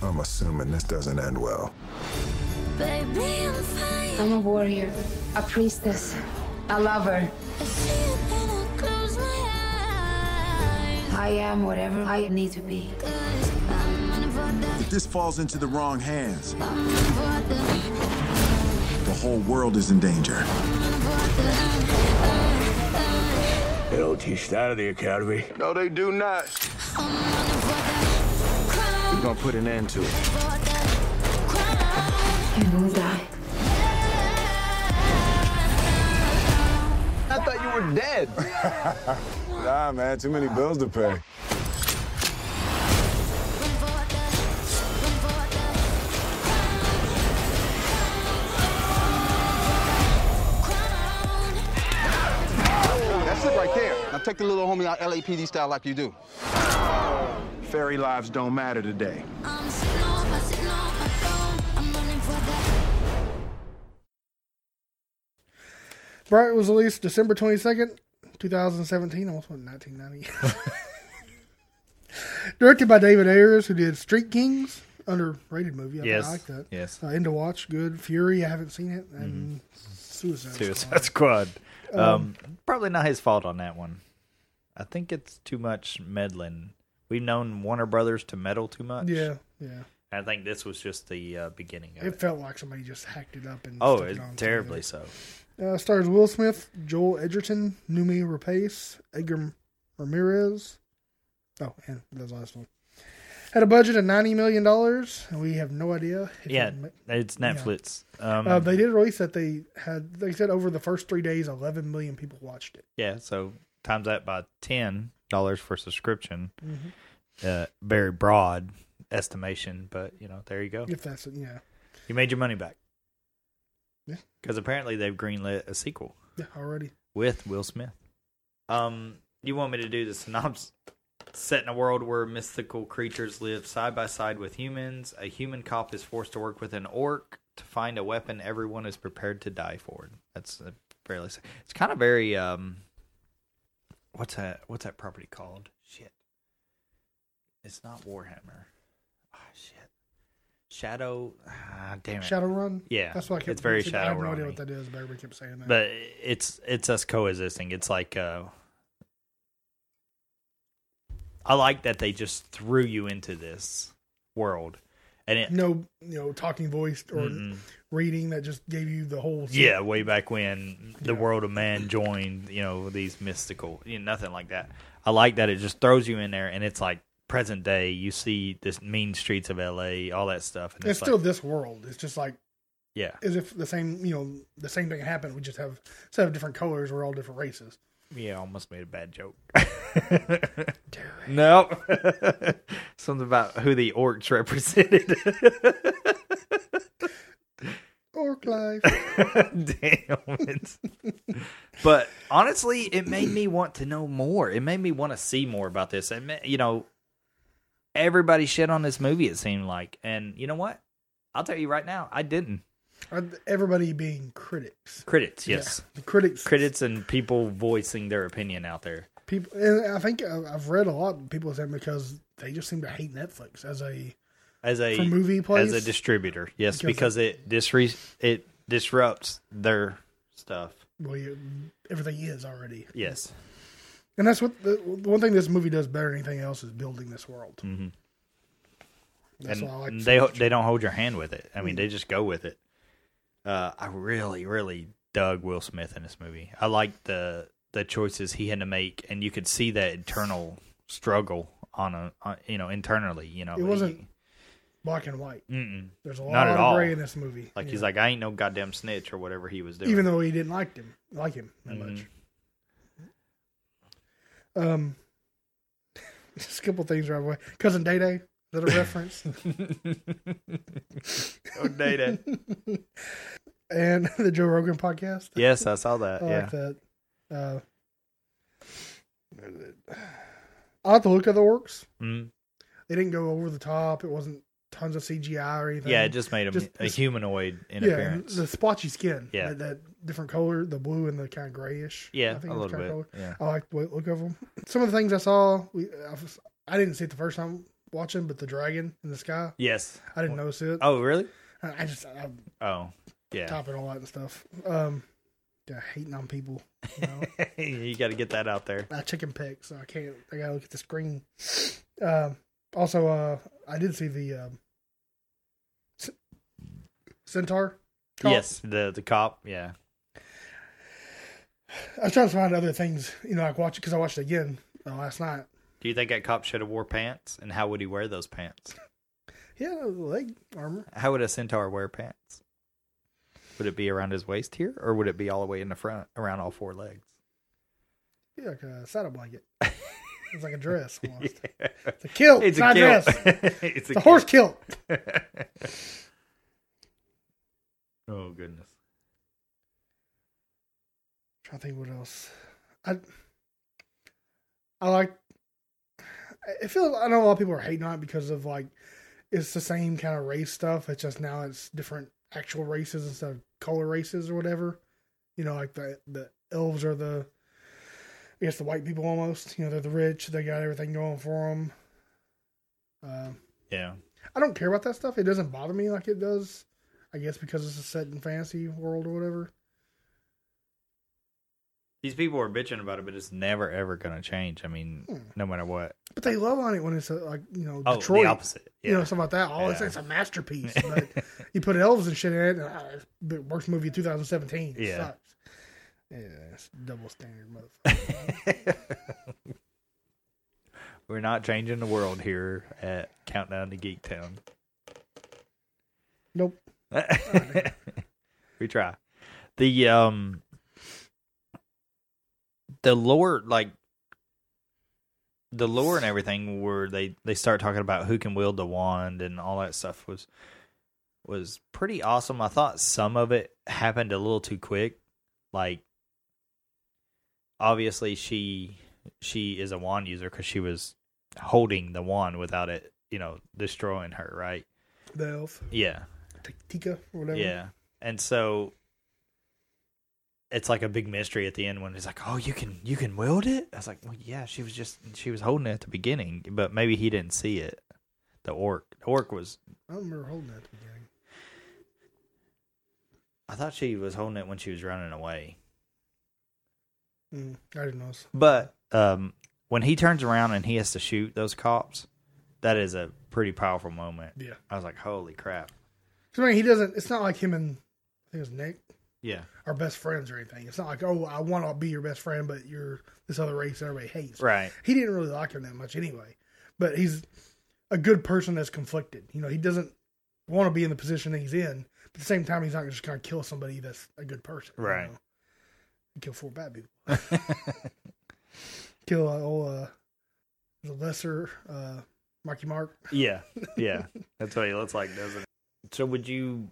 I'm assuming this doesn't end well. Baby, I'm fine. I'm a warrior, a priestess, a lover. I see it when I close my eyes. I am whatever I need to be. 'Cause I'm running for the, This falls into the wrong hands. I'm running for the, The whole world is in danger. for the, They don't teach that at the academy. No, they do not. I'm running for the crown. Gonna put an end to it. For the crown. You will die. I thought you were dead. nah, man, too many bills to pay. Run for the, run for the crown. Crown. That's it right there. Now take the little homie out LAPD style like you do. Fairy lives don't matter today. I'm sitting on my, sitting on my throne. I'm running for that. Bright was released December 22nd, 2017. I almost went 1990. Directed by David Ayers, who did Street Kings, underrated movie. I, Yes. I like that. Yes. Mm-hmm. Uh, End to Watch, good. Fury, I haven't seen it. And Suicide, Suicide Squad. Squad. Um, probably not his fault on that one. I think it's too much meddling. We've known Warner Brothers to meddle too much. Yeah, yeah. I think this was just the uh, beginning of it. It felt like somebody just hacked it up and oh, stuck it, on terribly so. Uh, stars Will Smith, Joel Edgerton, Numi Rapace, Edgar Ramirez. Oh, and the last one. Had a budget of ninety million dollars, and we have no idea. if Yeah, it ma- it's Netflix. Um, Uh, they did release that they had. They said over the first three days, eleven million people watched it. Yeah, so times that by ten dollars for subscription. Mm-hmm. Uh, very broad estimation, but you know, there you go. If that's yeah, You made your money back. Yeah. Because apparently they've greenlit a sequel yeah already. with Will Smith. Um, You want me to do the synopsis? Set in a world where mystical creatures live side by side with humans, a human cop is forced to work with an orc to find a weapon everyone is prepared to die for. That's a fairly. s- It's kind of very. um What's that? What's that property called? Shit. It's not Warhammer. Ah, shit. Shadow. Ah, damn it. Shadowrun. Yeah, that's what I kept. It's very saying. I have no idea Shadowrun-y what that is, but everybody kept saying that. but it's it's us coexisting. It's like uh, I like that they just threw you into this world, and it no, you know, talking voice or Mm-mm. reading that just gave you the whole. yeah, way back when the world of man joined, you know, these mystical, you know, nothing like that. I like that it just throws you in there, and it's like present day. You see this mean streets of L.A., all that stuff, and it's, it's, still like, this world. It's just like yeah, as if the same, you know, the same thing happened. We just have instead of different colors, we're all different races. Yeah, I almost made a bad joke. nope. Something about who the orcs represented. Orc life. Damn it. but honestly, it made me want to know more. It made me want to see more about this. And you know, everybody shit on this movie. It seemed like, and you know what? I'll tell you right now, I didn't. Uh, Everybody being critics. Critics, yes, Yeah, the critics, critics, and people voicing their opinion out there. people. And I think uh, I've read a lot. of People saying because they just seem to hate Netflix as a as a For movie place? as a distributor. Yes, Because because, it disre- it disrupts their stuff. well, you, everything is already. Yes. And that's what the, the one thing this movie does better than anything else is building this world. Mm-hmm. That's and why I like so they much. they don't hold your hand with it. I mean, Mm. they just go with it. Uh, I really really dug Will Smith in this movie. I liked the the choices he had to make, and you could see that internal struggle on a on, you know internally. You know, It wasn't black and white. Mm-mm. There's a Not lot at of all. gray in this movie. Like Yeah. he's like, I ain't no goddamn snitch or whatever he was doing. even though he didn't like him, like him that Mhm. much. Um, just a couple things right away. Cousin Day Day, is that a reference? Oh, Day Day. and the Joe Rogan podcast. yes, I saw that. I yeah. like that. Uh, I like the look of the orcs. Mm. They didn't go over the top. It wasn't tons of CGI or anything. Yeah, it just made him a just- humanoid in yeah, appearance. the splotchy skin. Yeah. that, that different color, the blue and the kind of grayish. Yeah, a it was little kinda bit, yeah. I like the way- look of them. Some of the things I saw, we I, was, I didn't see it the first time watching, but the dragon in the sky. Yes. I didn't notice it. Oh, really? I I just I Oh, yeah. top it all that and stuff. Um, yeah, hating on people. You know? you got to get that out there. I chicken pick, so I can't. I gotta look at the screen. Um, also, uh, I did see the um, c- centaur. cop. Yes, the the cop. Yeah. I was trying to find other things. You know, like watch because I watched it again uh, last night. Do you think that cop should have wore pants? And how would he wear those pants? Yeah, leg armor. How would a centaur wear pants? Would it be around his waist here, or would it be all the way in the front, around all four legs? Yeah, like a saddle blanket. it's like a dress. Almost. It's a kilt. It's, not kilt. a dress. it's It's a horse kilt. oh goodness. trying to think what else. I I like. I feel I know a lot of people are hating on it because of like it's the same kind of race stuff. It's just now it's different actual races instead of color races or whatever. You know, like the the elves are the I guess the white people almost. You know, they're the rich. They got everything going for them. Um, Yeah. I don't care about that stuff. It doesn't bother me like it does. I guess because it's a set in fantasy world or whatever. These people are bitching about it, but it's never ever going to change. I mean, Hmm. no matter what. But they love on it when it's uh like you know Oh, the Detroit, opposite. you know Yeah. something like that. Oh, it's, Yeah. it's a masterpiece. But you put elves and shit in it, and ah, it's the worst movie of 2017. It Yeah. sucks. Yeah, it's double standard, motherfucker. We're not changing the world here at Countdown to Geek Town. nope. we try. The um the lore like the lore and everything where they they start talking about who can wield the wand and all that stuff was was pretty awesome. I thought some of it happened a little too quick. Like obviously she she is a wand user because she was holding the wand without it, you know, destroying her, right? The elf. Yeah. Tika or whatever. Yeah. And so it's like a big mystery at the end when he's like, "Oh, you can you can wield it?" I was like, "Well, yeah, she was just she was holding it at the beginning, but maybe he didn't see it." The orc. The orc was I don't remember holding that at the beginning. I thought she was holding it when she was running away. Mm, I didn't know. But um when he turns around and he has to shoot those cops, that is a pretty powerful moment. Yeah. I was like, "Holy crap." Cause, I mean, he doesn't. It's not like him and I think it was Nick Yeah. are best friends or anything. It's not like oh, I want to be your best friend, but you're this other race that everybody hates. Right. He didn't really like him that much anyway. But he's a good person that's conflicted. You know, he doesn't want to be in the position that he's in. But at the same time, he's not just going to kill somebody that's a good person. you Right. know. He Kill four bad people. kill uh, old, uh, the lesser uh, Marky Mark. Yeah, yeah, that's what he looks like, doesn't it? So, would you?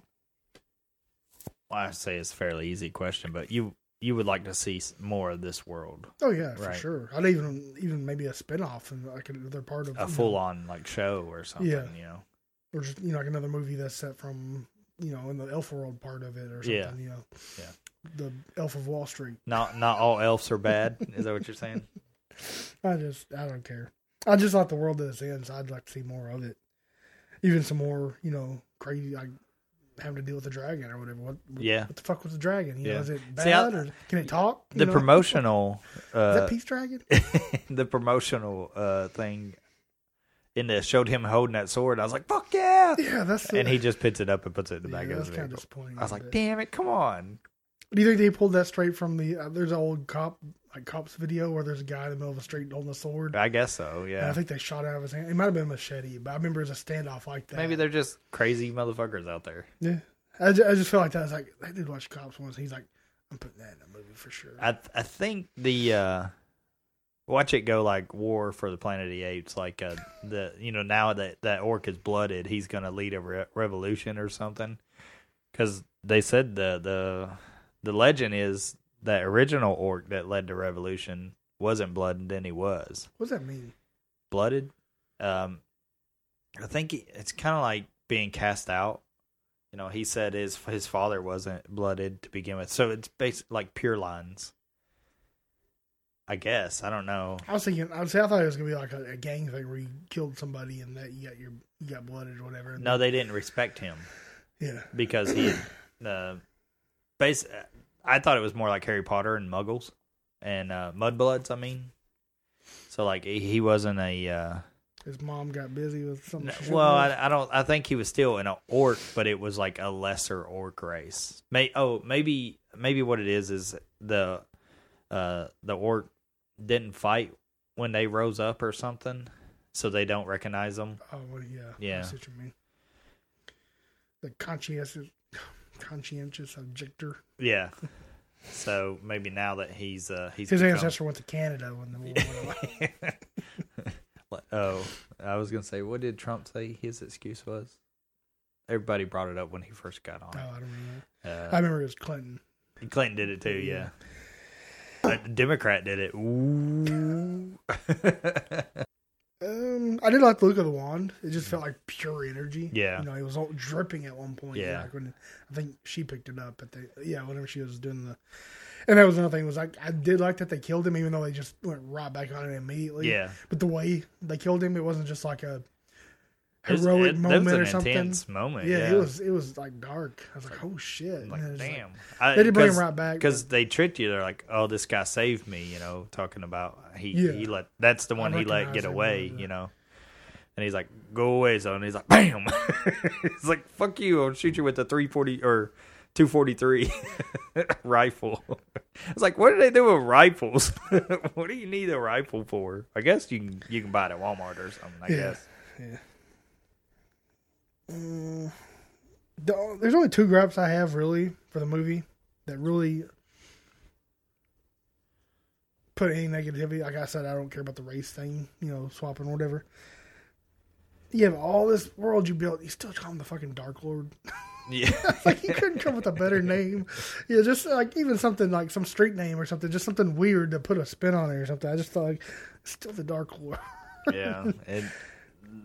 Well, I say it's a fairly easy question, but you you would like to see s- more of this world, Oh yeah, for Right. sure. I'd even even maybe a spinoff and like another part of you a know, full on like show or something, Yeah. you know? or just you know like another movie that's set from you know in the elf world part of it or something Yeah. you know Yeah. the elf of wall street Not not all elves are bad. Is that what you're saying? i just i don't care i just like the world that it's in so i'd like to see more of it even some more you know crazy like having to deal with the dragon or whatever what what- Yeah. what the fuck was the dragon you know Yeah. is it See, bad I- or can it talk You The know? promotional uh, is that peace dragon the promotional uh thing in there showed him holding that sword. I was like, "Fuck yeah!" Yeah, that's the- and he just picks it up and puts it in the back Yeah, of his that's kinda vehicle. disappointing, I was isn't like, it? "Damn it, come on!" Do you think they pulled that straight from the? Uh, there's an old cop like cops video where there's a guy in the middle of a street holding a sword. I guess so. And Yeah, I think they shot it out of his hand. It might have been a machete, but I remember it was a standoff like that. Maybe they're just crazy motherfuckers out there. Yeah, I just, I just feel like that. I was like, I did watch cops once. He's like, I'm putting that in a movie for sure. I I think the uh, watch it go like war for the planet of the apes. Like uh, the you know now that that orc is blooded, he's gonna lead a re- revolution or something. Because they said the the the legend is that original orc that led the revolution wasn't blooded, and then he was What does that mean? blooded. Um, I think he- it's kind of like being cast out. You know, he said his his father wasn't blooded to begin with, so it's basically like pure lines. I guess I don't know. I was thinking. I would say I thought it was gonna be like a, a gang thing where you killed somebody and that you got your you got blooded or whatever. And No, they didn't respect him yeah, because he, uh, base. I thought it was more like Harry Potter and Muggles and uh, Mudbloods. I mean, so like he, he wasn't a. Uh, his mom got busy with something. No, she shouldn't well, have. I, I don't. I think he was still an orc, but it was like a lesser orc race. May oh maybe maybe what it is is the uh the orc didn't fight when they rose up or something, so they don't recognize them. Oh well, yeah, I Yeah. see what you mean. The conscientious, conscientious objector. Yeah. So maybe now that he's uh he's His become- ancestor went to Canada when the war went away. Oh, I was gonna say, what did Trump say his excuse was? Everybody brought it up when he first got on. Oh, I don't remember. Uh, I remember it was Clinton. Clinton did it too, yeah. A Democrat did it. Ooh. Um, I did like the look of the wand. It just felt like pure energy. Yeah. you know, it was all dripping at one point. Yeah. like when I think she picked it up at the yeah whenever she was doing the, and that was another thing was like I did like that they killed him even though they just went right back on it immediately. Yeah. but the way they killed him, it wasn't just like a It was- heroic it- that moment was an or something. intense moment, it yeah. was it was like dark. I was like, oh shit, Like, And it was just damn. they did bring him right back. because they tricked you. They're like, "Oh, this guy saved me," you know, talking about he Yeah. he let that's the one he let recognize get him, away, yeah. you know. And he's like, "Go away, zone." He's like, "Bam!" He's like, "Fuck you! I'll shoot you with the three forty or two forty three rifle." It's like, what do they do with rifles? what do you need a rifle for? I guess you can you can buy it at Walmart or something. I Yeah. guess. Yeah. Mm, the- there's only two gripes I have really for the movie that really put any negativity. Like I said, I don't care about the race thing, you know, swapping or whatever. You have all this world you built. You still call him the fucking Dark Lord. Yeah. like you couldn't come with a better name. Yeah, just like even something like some street name or something, just something weird to put a spin on it or something. I just thought like still the Dark Lord. yeah, and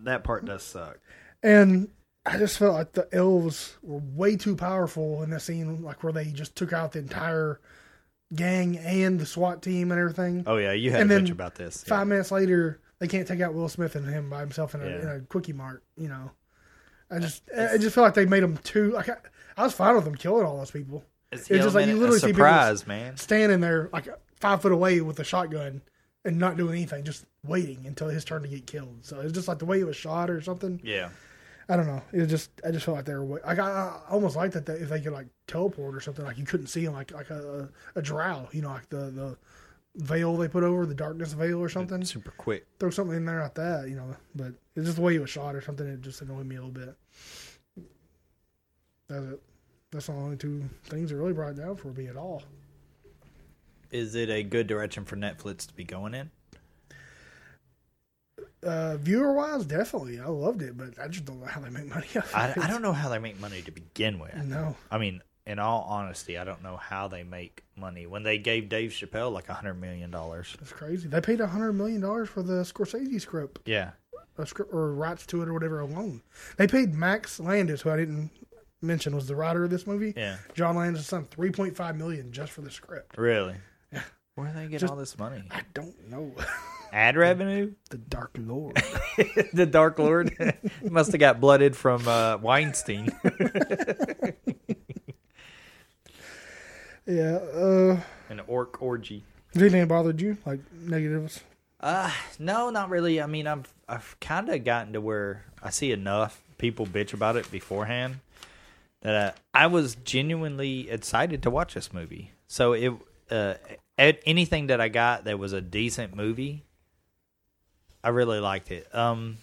that part does suck. And I just felt like the elves were way too powerful in that scene, like where they just took out the entire gang and the SWAT team and everything. Oh, yeah, you had and a then picture about this. Five minutes later, they can't take out Will Smith and him by himself in a, Yeah. in a quickie mart. You know, I just I just feel like they made them too. Like I, I was fine with them killing all those people. It's It was the element of people surprise, man. standing there like five foot away with a shotgun and not doing anything, just waiting until his turn to get killed. So it's just like the way it was shot or something. Yeah. I don't know. It was just I just felt like they were. wa- Like I, I almost liked that they, if they could like teleport or something, like you couldn't see them, like like a a drow, you know, like the the veil they put over the darkness veil or something. Super quick. Throw something in there like that, you know. But it's just the way it was shot or something. It just annoyed me a little bit. That's it. That's the only two things that really brought it down for me at all. Is it a good direction for Netflix to be going in? Uh, viewer wise, definitely, I loved it, but I just don't know how they make money off I, it. I don't know how they make money to begin with. No. I mean, in all honesty, I don't know how they make money. When they gave Dave Chappelle like a hundred million dollars, It's crazy. They paid hundred million dollars for the Scorsese script. yeah, a script or rights to it or whatever alone. They paid Max Landis, who I didn't mention was the writer of this movie. Yeah. John Landis' son, three point five million just for the script. really. Where do they get Just- all this money? I don't know. Ad revenue? The Dark Lord. the Dark Lord must have got blooded from uh, Weinstein. yeah. Uh An orc orgy. did anything bothered you? Like negatives? Uh no, not really. I mean, I've I've kind of gotten to where I see enough people bitch about it beforehand that I, I was genuinely excited to watch this movie. So it uh at anything that I got that was a decent movie, I really liked it. Um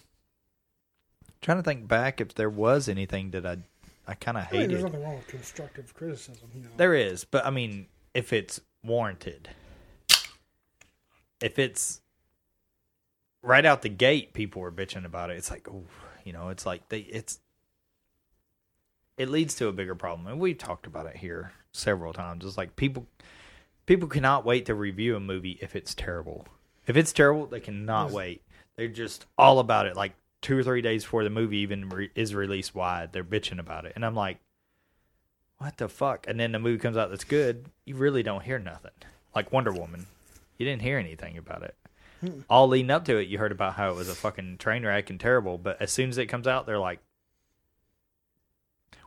trying to think back if there was anything that I I kind of I mean, hated. there's nothing wrong with constructive criticism, you know. There is, but I mean, if it's warranted, if it's right out the gate, people are bitching about it. It's like, ooh, you know, it's like they, it's, it leads to a bigger problem, and we've talked about it here several times. It's like people, people cannot wait to review a movie if it's terrible. If it's terrible, they cannot Yes. wait. They're just all about it. Like two or three days before the movie even re- is released wide, they're bitching about it, and I'm like what the fuck? And then the movie comes out that's good. You really don't hear nothing. Like Wonder Woman, you didn't hear anything about it. Hmm. All leading up to it, you heard about how it was a fucking train wreck and terrible. But as soon as it comes out, they're like,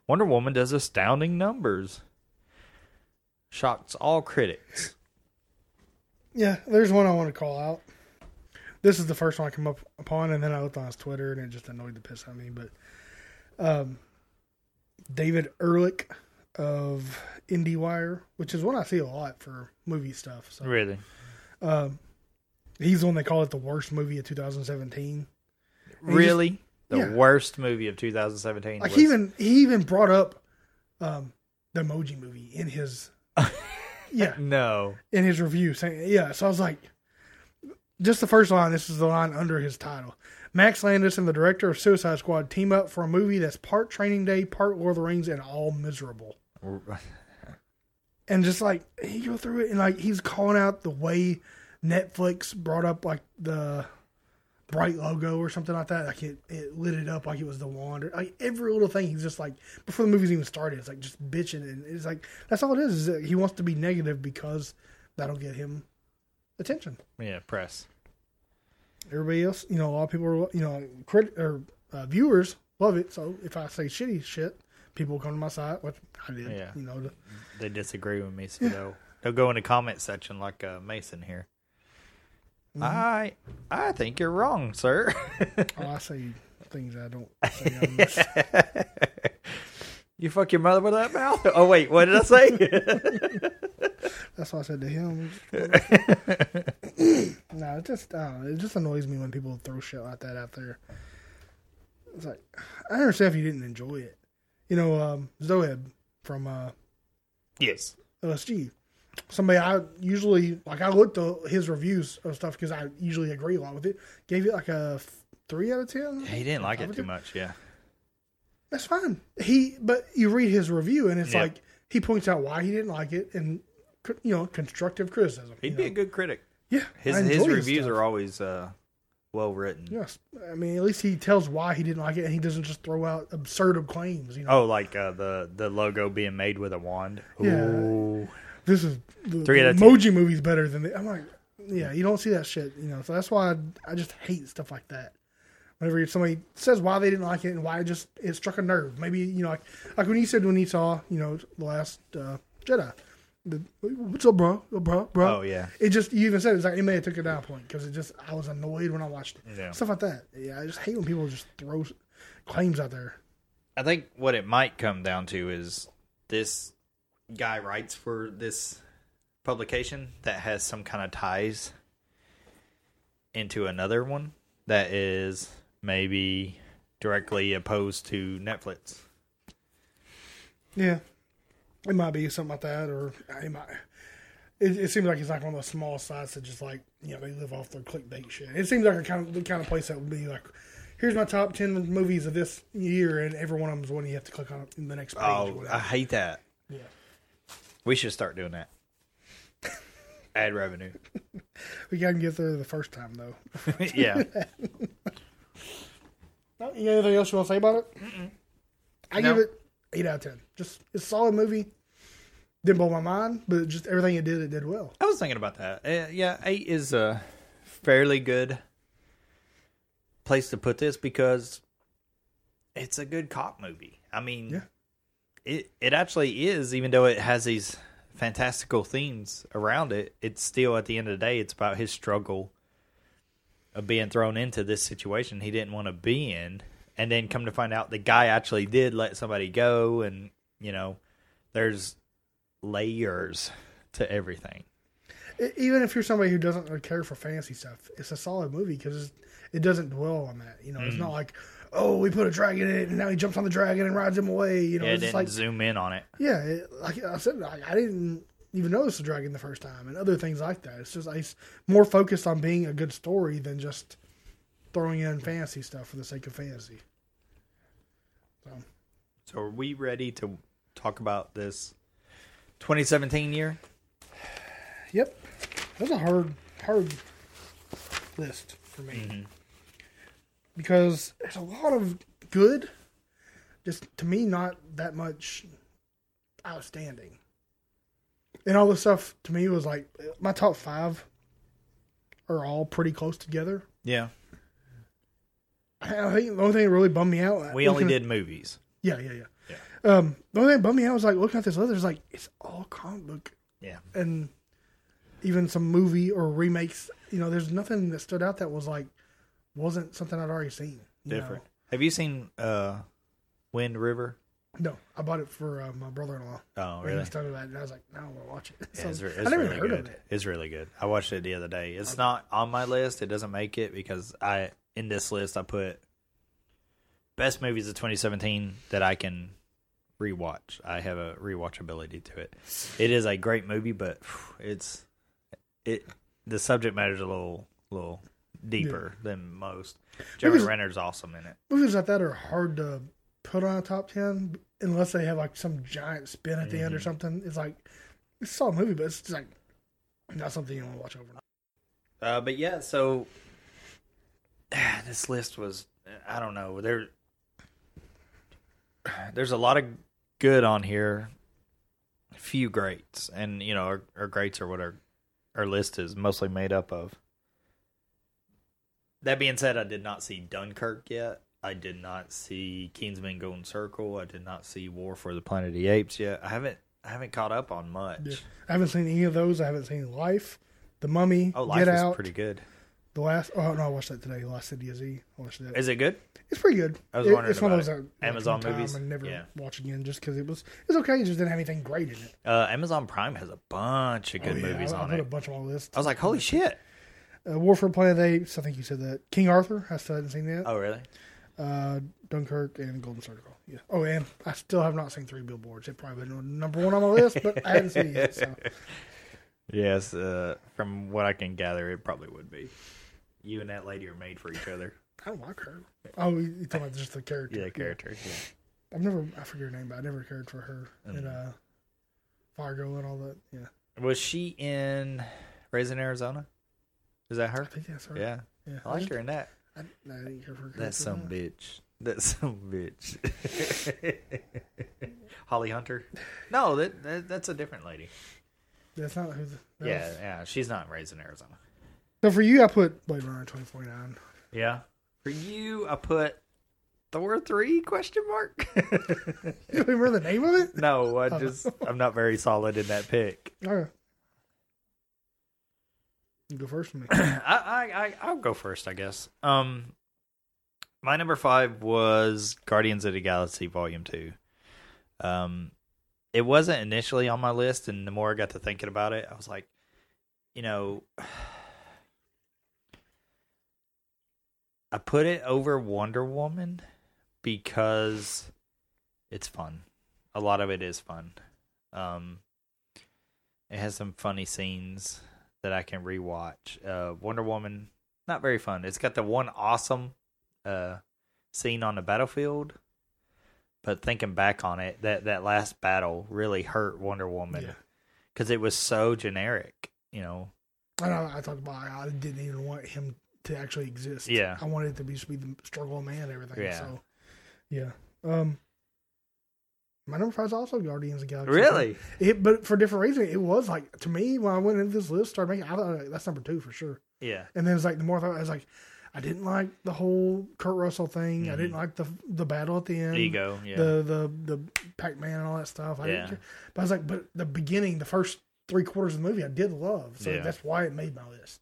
Wonder Woman does astounding numbers. Shocks all critics. Yeah, there's one I want to call out. This is the first one I come up upon, and then I looked on his Twitter, and it just annoyed the piss out of me. But um, David Ehrlich of IndieWire, which is one I see a lot for movie stuff. So Really? um, he's the one they call it the worst movie of 2017. And he Really? just- the yeah. worst movie of 2017. Like was- he even he even brought up um, the Emoji movie in his yeah no. in his review saying, yeah. So I was like, just the first line, this is the line under his title. Max Landis and the director of Suicide Squad team up for a movie that's part training day, part Lord of the Rings, and all miserable. And just like he go through it and like he's calling out the way Netflix brought up like the bright logo or something like that. Like it, it lit it up like it was the wand or like every little thing he's just like before the movie's even started, it's like just bitching and it's like that's all it is, is that he wants to be negative because that'll get him attention Yeah, press. everybody else, you know, a lot of people are, you know, crit or uh, viewers love it. So if I say shitty shit, people come to my side, which I did, Yeah. you know. The, They disagree with me, so they'll, they'll go in the comment section like uh, Mason here. Mm-hmm. I I think you're wrong, sir. oh, I say things I don't say. on this. you fuck your mother with that mouth? Oh wait, what did I say? That's what I said to him. no, it just I don't know, it just annoys me when people throw shit like that out there. It's like I understand if you didn't enjoy it. You know, um, Zoeb from uh, yes. LSG. Somebody I usually like, I looked at his reviews of stuff because I usually agree a lot with it. Gave it like a f- three out of ten. He didn't like Five it out too of 10. much, yeah. That's fine. He, but you read his review and it's Yeah. like he points out why he didn't like it and cr- you know constructive criticism. He'd be a good critic. Yeah, His I his enjoy his reviews are always uh, well written. Yes, I mean at least he tells why he didn't like it and he doesn't just throw out absurd claims. You know, Oh, like uh, the the logo being made with a wand. Yeah. Ooh. this is the, Three the out of ten. emoji movie's better than the, I'm like, yeah, you don't see that shit. You know, so that's why I, I just hate stuff like that. Whenever somebody says why they didn't like it and why it just it struck a nerve, maybe you know, like, like when he said when he saw you know the last uh, Jedi, the, what's up, bro, Oh, bro, bro. Oh, yeah. It just you even said it's like it may have took a down point because it just I was annoyed when I watched it. Yeah. Stuff like that. Yeah, I just hate when people just throw s- claims out there. I think what it might come down to is this guy writes for this publication that has some kind of ties into another one that is maybe directly opposed to Netflix. Yeah, it might be something like that, or it might. It, it seems like it's like one of those small sites that just like you know they live off their clickbait shit. It seems like a kind of the kind of place that would be like, here's my top ten movies of this year, and every one of them is one you have to click on in the next page. or Oh, whatever. I hate that. Yeah. We should start doing that. Ad revenue. we gotta get there the first time though. yeah. No, You got anything else you want to say about it? I No. give it eight out of ten. Just it's a solid movie. Didn't blow my mind, but just everything it did, it did well. I was thinking about that. Uh, yeah, eight is a fairly good place to put this because it's a good cop movie. I mean, it it actually is, even though it has these fantastical themes around it. It's still at the end of the day, it's about his struggle of being thrown into this situation he didn't want to be in, and then come to find out the guy actually did let somebody go, and you know, there's layers to everything. E- even if you're somebody who doesn't really care for fantasy stuff, it's a solid movie because it doesn't dwell on that. You know, it's Mhm. not like, oh, we put a dragon in it and now he jumps on the dragon and rides him away. You know, yeah, it it's didn't just like, zoom in on it. yeah, it, like I said, I, I didn't even notice the dragon the first time and other things like that. It's just it's more focused on being a good story than just throwing in fantasy stuff for the sake of fantasy. So are we ready to talk about this 2017 year? Yep, that's a hard, hard list for me. Mm-hmm. because there's a lot of good, just to me, not that much outstanding. And all the stuff to me was like my top five are all pretty close together. Yeah, I I think the only thing that really bummed me out. we only looking- did movies. Yeah, yeah, yeah. Um, the only thing that bummed me out was like looking at this list. It's like it's all comic book Yeah, and even some movie or remakes. You know, there's nothing that stood out that was like wasn't something I'd already seen. you know? different. Have you seen uh, Wind River? No, I bought it for uh, my brother-in-law. Oh, And he really? was talking about it, and I was like, no, I want to watch it. So, It's, re- it's I never really even heard good. of it. It's really good. I watched it the other day. It's not on my list. It doesn't make it because I in this list I put best movies of 2017 that I can rewatch. I have a rewatchability to it. It is a great movie, but phew, it's it the subject matter's a little little deeper than most. Jeremy Because- Renner's awesome in it. Movies like that are hard to put on a top ten unless they have like some giant spin at the Mm-hmm. end or something. It's like it's a solid movie, but it's just like not something you want to watch overnight. Uh, but yeah, so this list was I don't know there. There's a lot of good on here, few greats, and you know our, our greats are what our our list is mostly made up of. That being said, I did not see Dunkirk yet. I did not see Kingsman Golden Circle. I did not see War for the Planet of the Apes yet. I haven't I haven't caught up on much. Yeah. I haven't seen any of those. I haven't seen Life, The Mummy, Oh, life Get is Out, pretty good. The Last. Oh no, I watched that today. Last City of Z. I watched that. Is it good? It's pretty good. I was It- wondering it's one of about those it. I watch Amazon one time movies? and never Yeah. watch again just because it was it's okay. It just didn't have anything great in it. Uh, Amazon Prime has a bunch of good Oh, Yeah, movies I, I on put it. a bunch on my list. I was like, holy shit. Uh, War for the Planet of the Apes. I think you said that. King Arthur. I still haven't seen that. Oh, really? Uh, Dunkirk and Golden Circle. Yeah. Oh, and I still have not seen Three Billboards. It probably been number one on my list, Oh, but I haven't seen it yet. So Yes, uh, from what I can gather, it probably would be. You and that lady are made for each other. I don't like her. Oh, you talking about just the character? Yeah, character. I've never, I forget her name, but I never cared for her Um, in uh, Fargo and all that. Yeah. Was she in Raising Arizona? Is that her? I think that's her. Yeah. Yeah. I liked her in that. I, no, I didn't care for her. That's some character in that. bitch. That's some bitch. Holly Hunter. No, that, that that's a different lady. That's not who. The, that yeah, was- yeah. She's not raised in Arizona. So for you, I put Blade Runner twenty forty nine. Yeah. For you, I put Thor three question mark. You remember the name of it? No, I just I'm not very solid in that pick. All right. Oh, You go first for me. I, I, I I'll go first, I guess. Um, my number five was Guardians of the Galaxy Volume Two. Um, it wasn't initially on my list, and the more I got to thinking about it, I was like, you know, I put it over Wonder Woman because it's fun. A lot of it is fun. Um, it has some funny scenes that I can rewatch. Uh, Wonder Woman, not very fun. It's got the one awesome uh, scene on the battlefield, but thinking back on it, that that last battle really hurt Wonder Woman Yeah. because it was so generic. You know, I know. I talked about. how I didn't even want him to actually exist. Yeah. I wanted it to be just be the struggle of man and everything. Yeah. So, yeah. Um, my number five is also Guardians of the Galaxy. Really? It, but for different reason, it was like to me when I went into this list, started making. I thought like, that's number two for sure. Yeah. And then it's like the more I thought, I was like, I didn't like the whole Kurt Russell thing. I didn't like the the battle at the end. Mm-hmm. Ego, yeah. The the the Pac Man and all that stuff. I Yeah. didn't care. But I was like, but the beginning, the first three quarters of the movie, I did love. So Yeah. that's why it made my list.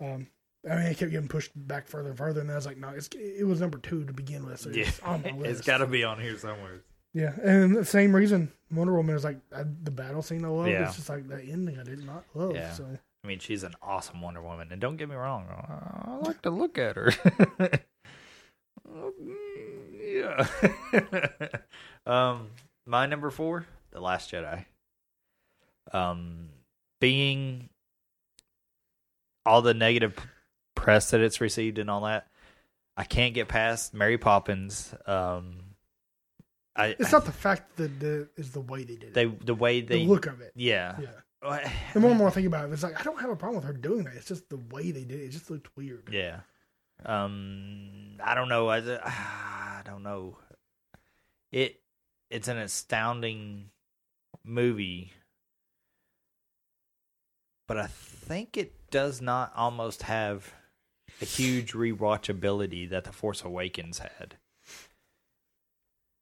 Um, I mean, it kept getting pushed back further and further, and then I was like, no, it's it was number two to begin with. So it's on my list. it's got to be on here somewhere. Yeah, and the same reason Wonder Woman is like I, the battle scene I love. Yeah. It's just like the ending I did not love. Yeah. So I mean, she's an awesome Wonder Woman, and don't get me wrong, uh, I like to look at her. yeah. um, my number four, The Last Jedi. Um, being all the negative p- press that it's received and all that, I can't get past Mary Poppins. Um, I it's not the fact that the is the way they did it. they the way they look of it. Yeah. Yeah. Well, The more and more I think about it, it's like I don't have a problem with her doing that. It's just the way they did it. It just looked weird. Yeah. Um, I don't know. I, ju- I don't know. It it's an astounding movie, but I think it does not almost have a huge rewatchability that The Force Awakens had.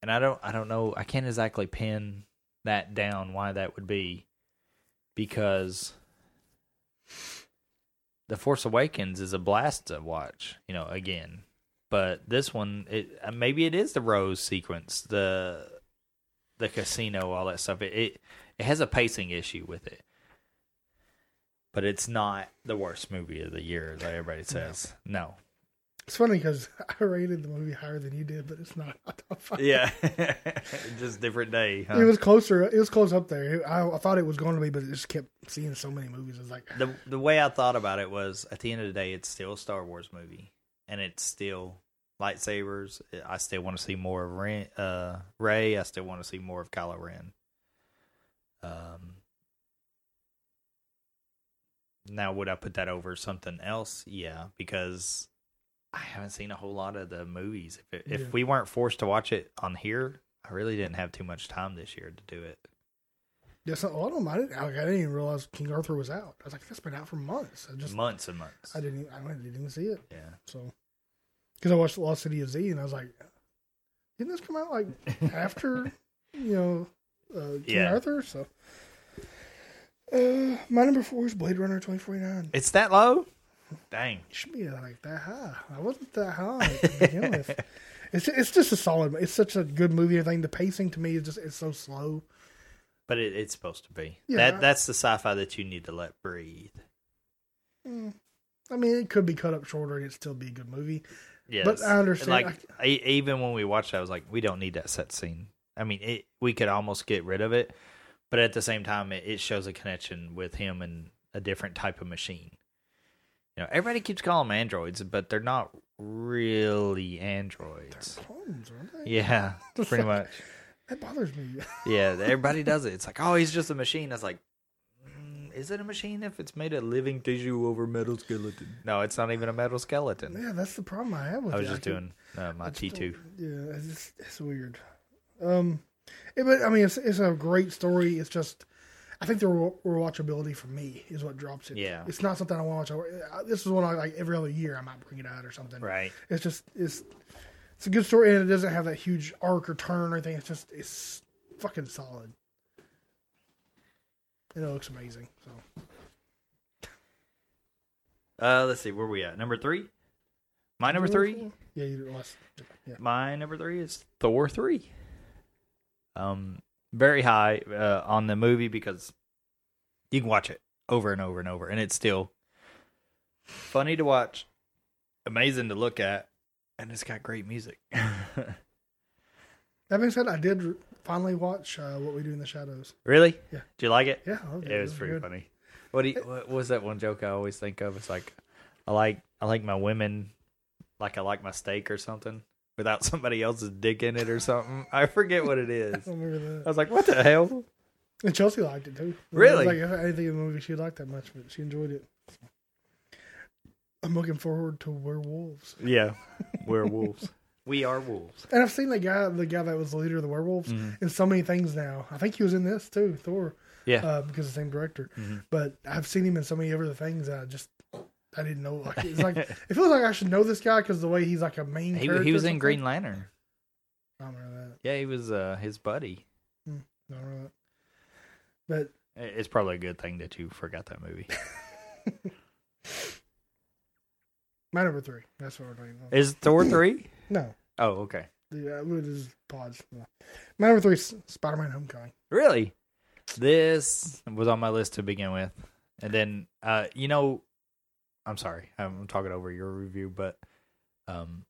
And I don't I don't know. I can't exactly pin that down why that would be because the Force Awakens is a blast to watch, you know, again. But this one, it uh, maybe it is the Rose sequence, the the casino, all that stuff. It it, it has a pacing issue with it, but it's not the worst movie of the year, like everybody says. No, It's funny because I rated the movie higher than you did, but it's not. my top five. yeah, just different day. Huh? It was closer. It was close up there. I, I thought it was going to be, but it just kept seeing so many movies. It's like the the way I thought about it was at the end of the day, it's still a Star Wars movie, and it's still lightsabers. I still want to see more of Ren, uh, Ray. I still want to see more of Kylo Ren. Um, now would I put that over something else? Yeah, because I haven't seen a whole lot of the movies. If it, if Yeah. we weren't forced to watch it on here, I really didn't have too much time this year to do it. yeah, so, well, oh, I don't mind it. Like, I didn't even realize King Arthur was out. I was like, that's been out for months. I just months and months. I didn't. Even, I didn't even see it. Yeah. So because I watched Lost City of Z, and I was like, didn't this come out like after you know uh, King Yeah. Arthur? So uh, my number four is Blade Runner twenty forty nine. It's that low. Dang. should be like that high. I wasn't that high to begin with. It's it's just a solid. It's such a good movie. and Everything. The pacing to me is just it's so slow. But it, it's supposed to be. Yeah, I- that that's the sci-fi that you need to let breathe. Mm. I mean, it could be cut up shorter and it'd still be a good movie. Yes. But I understand. Like I- I, even when we watched, that, I was like, we don't need that set scene. I mean, it, we could almost get rid of it, but at the same time, it, it shows a connection with him and a different type of machine. You know, everybody keeps calling them androids, but they're not really androids. clones, aren't they? Yeah, It's pretty like- much. That bothers me. Yeah, everybody does it. It's like, oh, he's just a machine. I was like, mm, is it a machine if it's made of living tissue over metal skeleton? No, it's not even a metal skeleton. Yeah, that's the problem I have with I was it. just can- doing uh, my T two. Yeah, it's, just- it's weird. Um, it, but I mean, it's, it's a great story. It's just, I think the re- rewatchability for me is what drops it. Yeah. it's not something I want to watch. over- I- This is one I like every other year. I might bring it out or something. Right. It's just it's it's a good story and it doesn't have that huge arc or turn or anything. It's just it's fucking solid. And it looks amazing. So Uh, let's see, where we at? Number three. My number three. Yeah, you lost. Yeah. My number three is Thor three. Um, very high uh, on the movie because you can watch it over and over and over, and it's still funny to watch, amazing to look at, and it's got great music. That being said, I did r- finally watch uh, What We Do in the Shadows. Really? Yeah. Do you like it? Yeah, I loved it. it It was was pretty good. funny. What, do you, what was that one joke I always think of? It's like, I like I like my women like I like my steak or something without somebody else's dick in it or something. I forget what it is. I remember that. I was like, what the hell? And Chelsea liked it too. Really? Like, I didn't think of the movie she liked that much, but she enjoyed it. I'm looking forward to werewolves. Yeah, we're wolves. we are wolves. And I've seen the guy, the guy that was the leader of the werewolves, Mhm. in so many things now. I think he was in this too, Thor. Yeah. uh, because the same director. Mhm. But I've seen him in so many other things. That I just I didn't know. Like it's like it feels like I should know this guy because the way he's like a main. He, character he or was in something. Green Lantern. I don't remember that. Yeah, he was uh, his buddy. I don't remember that. I- It's probably a good thing that you forgot that movie. But my number three. That's what we're doing. Is Thor three? No. Oh, okay. Yeah, it is pods. No. My number three is Spider-Man: Homecoming. Really? This was on my list to begin with. And then uh you know I'm sorry. I'm talking over your review, but um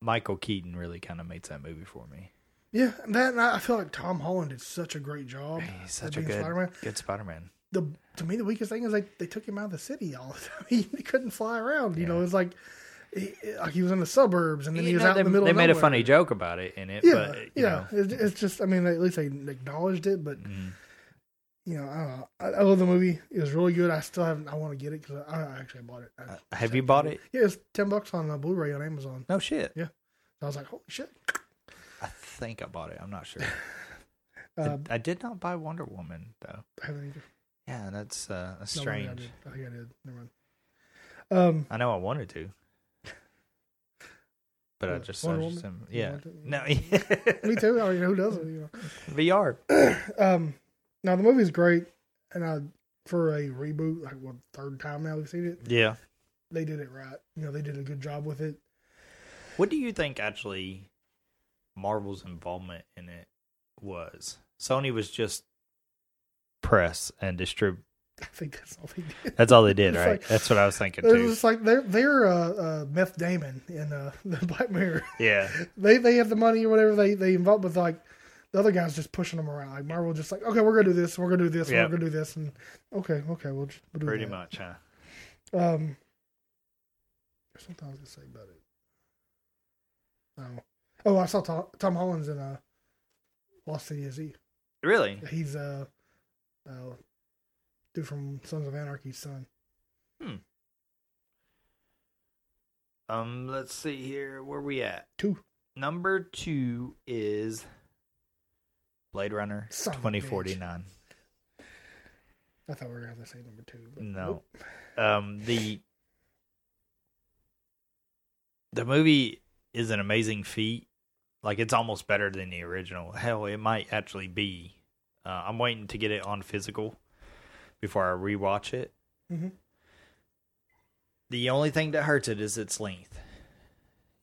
Michael Keaton really kind of makes that movie for me. Yeah, and that and I I feel like Tom Holland did such a great job. He's at such a Oh, being good Spider-Man. good Spider-Man. The to me the weakest thing is they they took him out of the city all the time. He, couldn't fly around. You know, it's like he, like he was in the suburbs and then he You was know, out they, in the middle. they of made a nowhere. funny joke about it in it, Yeah, but you yeah. know, It, it's just I mean at least they acknowledged it, but Mm. you know I don't know. I, I love the movie. It was really good. I still haven't. I want to get it because I, I actually bought it. I, Uh, have you bought it? yeah, it's ten bucks on uh, Blu-ray on Amazon. No shit. Yeah, I was like, holy shit. I think I bought it. I'm not sure. I- Uh, I, did not buy Wonder Woman though. I haven't either. Yeah, that's uh that's No, maybe I strange. did. I think I did. Never mind. Um, I know I wanted to. But I What, just, I Wonder just Woman? You yeah. want to- No, me too. I mean, who doesn't? You know. VR. Um, now the movie's great, and I for a reboot, like what third time now we've seen it, Yeah. they did it right. You know, they did a good job with it. What do you think actually Marvel's involvement in it was? Sony was just press and distribute. I think that's all they did. That's all they did, It's right? like- That's what I was thinking It too. was like they're they're uh, uh, Meth Damon in uh, the Black Mirror. Yeah. they they have the money or whatever they they involve with like the other guys just pushing them around. Like Marvel just like okay, we're gonna do this, we're gonna do this, Yeah. we're gonna do this, and okay, okay, we'll, just, we'll do Pretty that. much, huh? Um, there's something I was gonna say about it. Oh, oh, I saw Tom, Tom Holland's in uh, Lost City of Z. Really? He's uh, uh, dude from Sons of Anarchy's son. Um, let's see here. Where we at? Two. Number two is Blade Runner Son of a bitch. twenty forty nine. I thought we were gonna have to say number two. But No. nope. Um the The movie is an amazing feat. Like it's almost better than the original. Hell, it might actually be. Uh, I'm waiting to get it on physical before I rewatch it. Mhm. The only thing that hurts it is its length.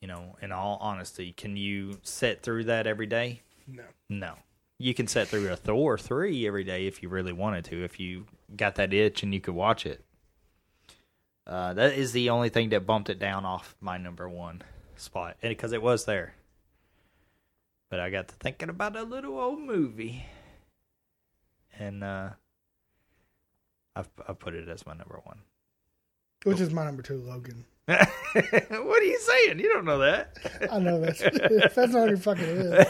You know, in all honesty, can you sit through that every day? no. No. You can set through a Thor 3 every day if you really wanted to, if you got that itch and you could watch it. Uh, that is the only thing that bumped it down off my number one spot because it was there. But I got to thinking about a little old movie. And uh, I've, I put it as my number one. Which is my number two, Logan. what are you saying? You don't know that. I know that's that's not what it fucking is.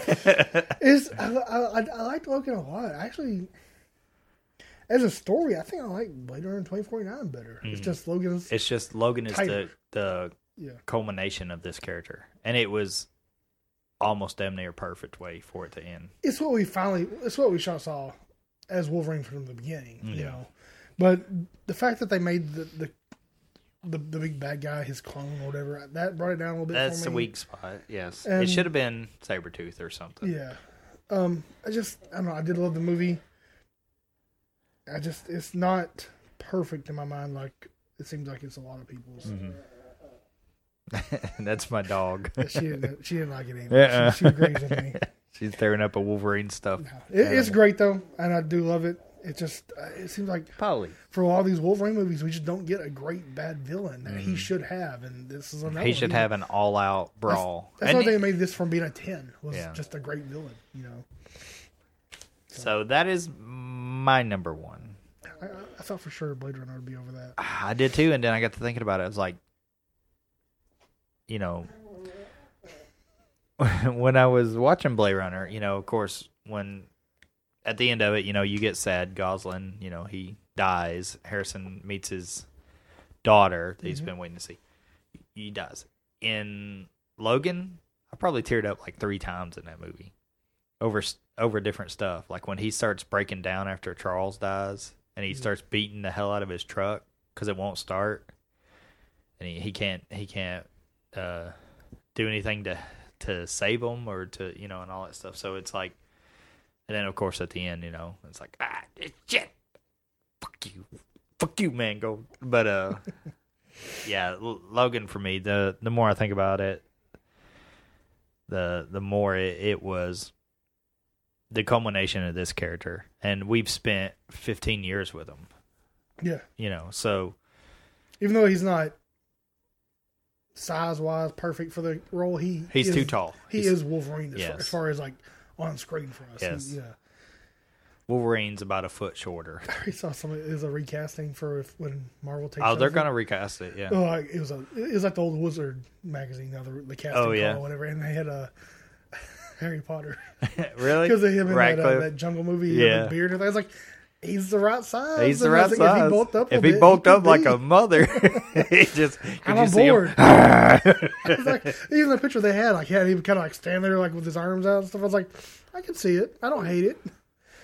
It's I, I, I liked Logan a lot. Actually, as a story, I think I like Blade Runner twenty forty nine better. It's Mhm. just Logan's. It's just Logan is the tighter. the Yeah. culmination of this character, and it was almost damn near perfect way for it to end. It's what we finally. It's what we shot saw as Wolverine from the beginning. You Yeah. know, but the fact that they made the. the the, the big bad guy, his clone, or whatever, that brought it down a little bit. That's for the me. weak spot. Yes, it And- should have been Sabretooth or something. Yeah. Um, I just I don't know, I did love the movie. I just it's not perfect in my mind like it seems like it's a lot of people's. Mm-hmm. That's my dog. She didn't she didn't like it either. Yeah, She, she agrees with me. She's tearing up a Wolverine stuff. It, it's great though, and I do love it. It just uh, it seems like Probably. for all these Wolverine movies, we just don't get a great bad villain that he Mhm. should have, and this is another. He one. should have an all-out brawl. That's And why they made this from being a ten was Yeah. just a great villain, you know. So that is my number one. I, I- I thought for sure Blade Runner would be over that. I did too, and then I got to thinking about it. I was like, you know, when I was watching Blade Runner, you know, of course, when at the end of it, you know, you get sad. Goslin, you know, he dies. Harrison meets his daughter that he's Mhm. been waiting to see. He dies. In Logan, I probably teared up like three times in that movie over over different stuff. Like when he starts breaking down after Charles dies, and he starts beating the hell out of his truck because it won't start, and he, he can't he can't uh, do anything to to save him or to you know and all that stuff. So it's like, and then of course at the end, you know, it's like ah shit, fuck you, fuck you, Mango. But uh, yeah, L- Logan for me. The the more I think about it, the the more it, it was the culmination of this character and we've spent 15 years with him Yeah. you know so even though he's not size wise perfect for the role, he He's is- too tall. He He's- is Wolverine as, far, Yes. as far as like on screen for us. He- Yes. yeah, wolverine's about a foot shorter I saw some. It was a recasting for if, when Marvel takes. oh they're over. gonna recast it yeah Oh, like, it was a it was like the old Wizard magazine, the, other, the casting Oh, yeah. call, or whatever, and they had a Harry Potter really because of him in that, uh, Radcliffe? that jungle movie. Yeah, yeah beard. And I was like, he's the right size. He's the And I right was like, size. If he bulked up, a if he bit, bulked could up like be. a mother, he just could I'm you on see board. him? I was like, even the picture they had, like, yeah, he would kind of like stand there, like with his arms out and stuff. I was like, I can see it. I don't hate it.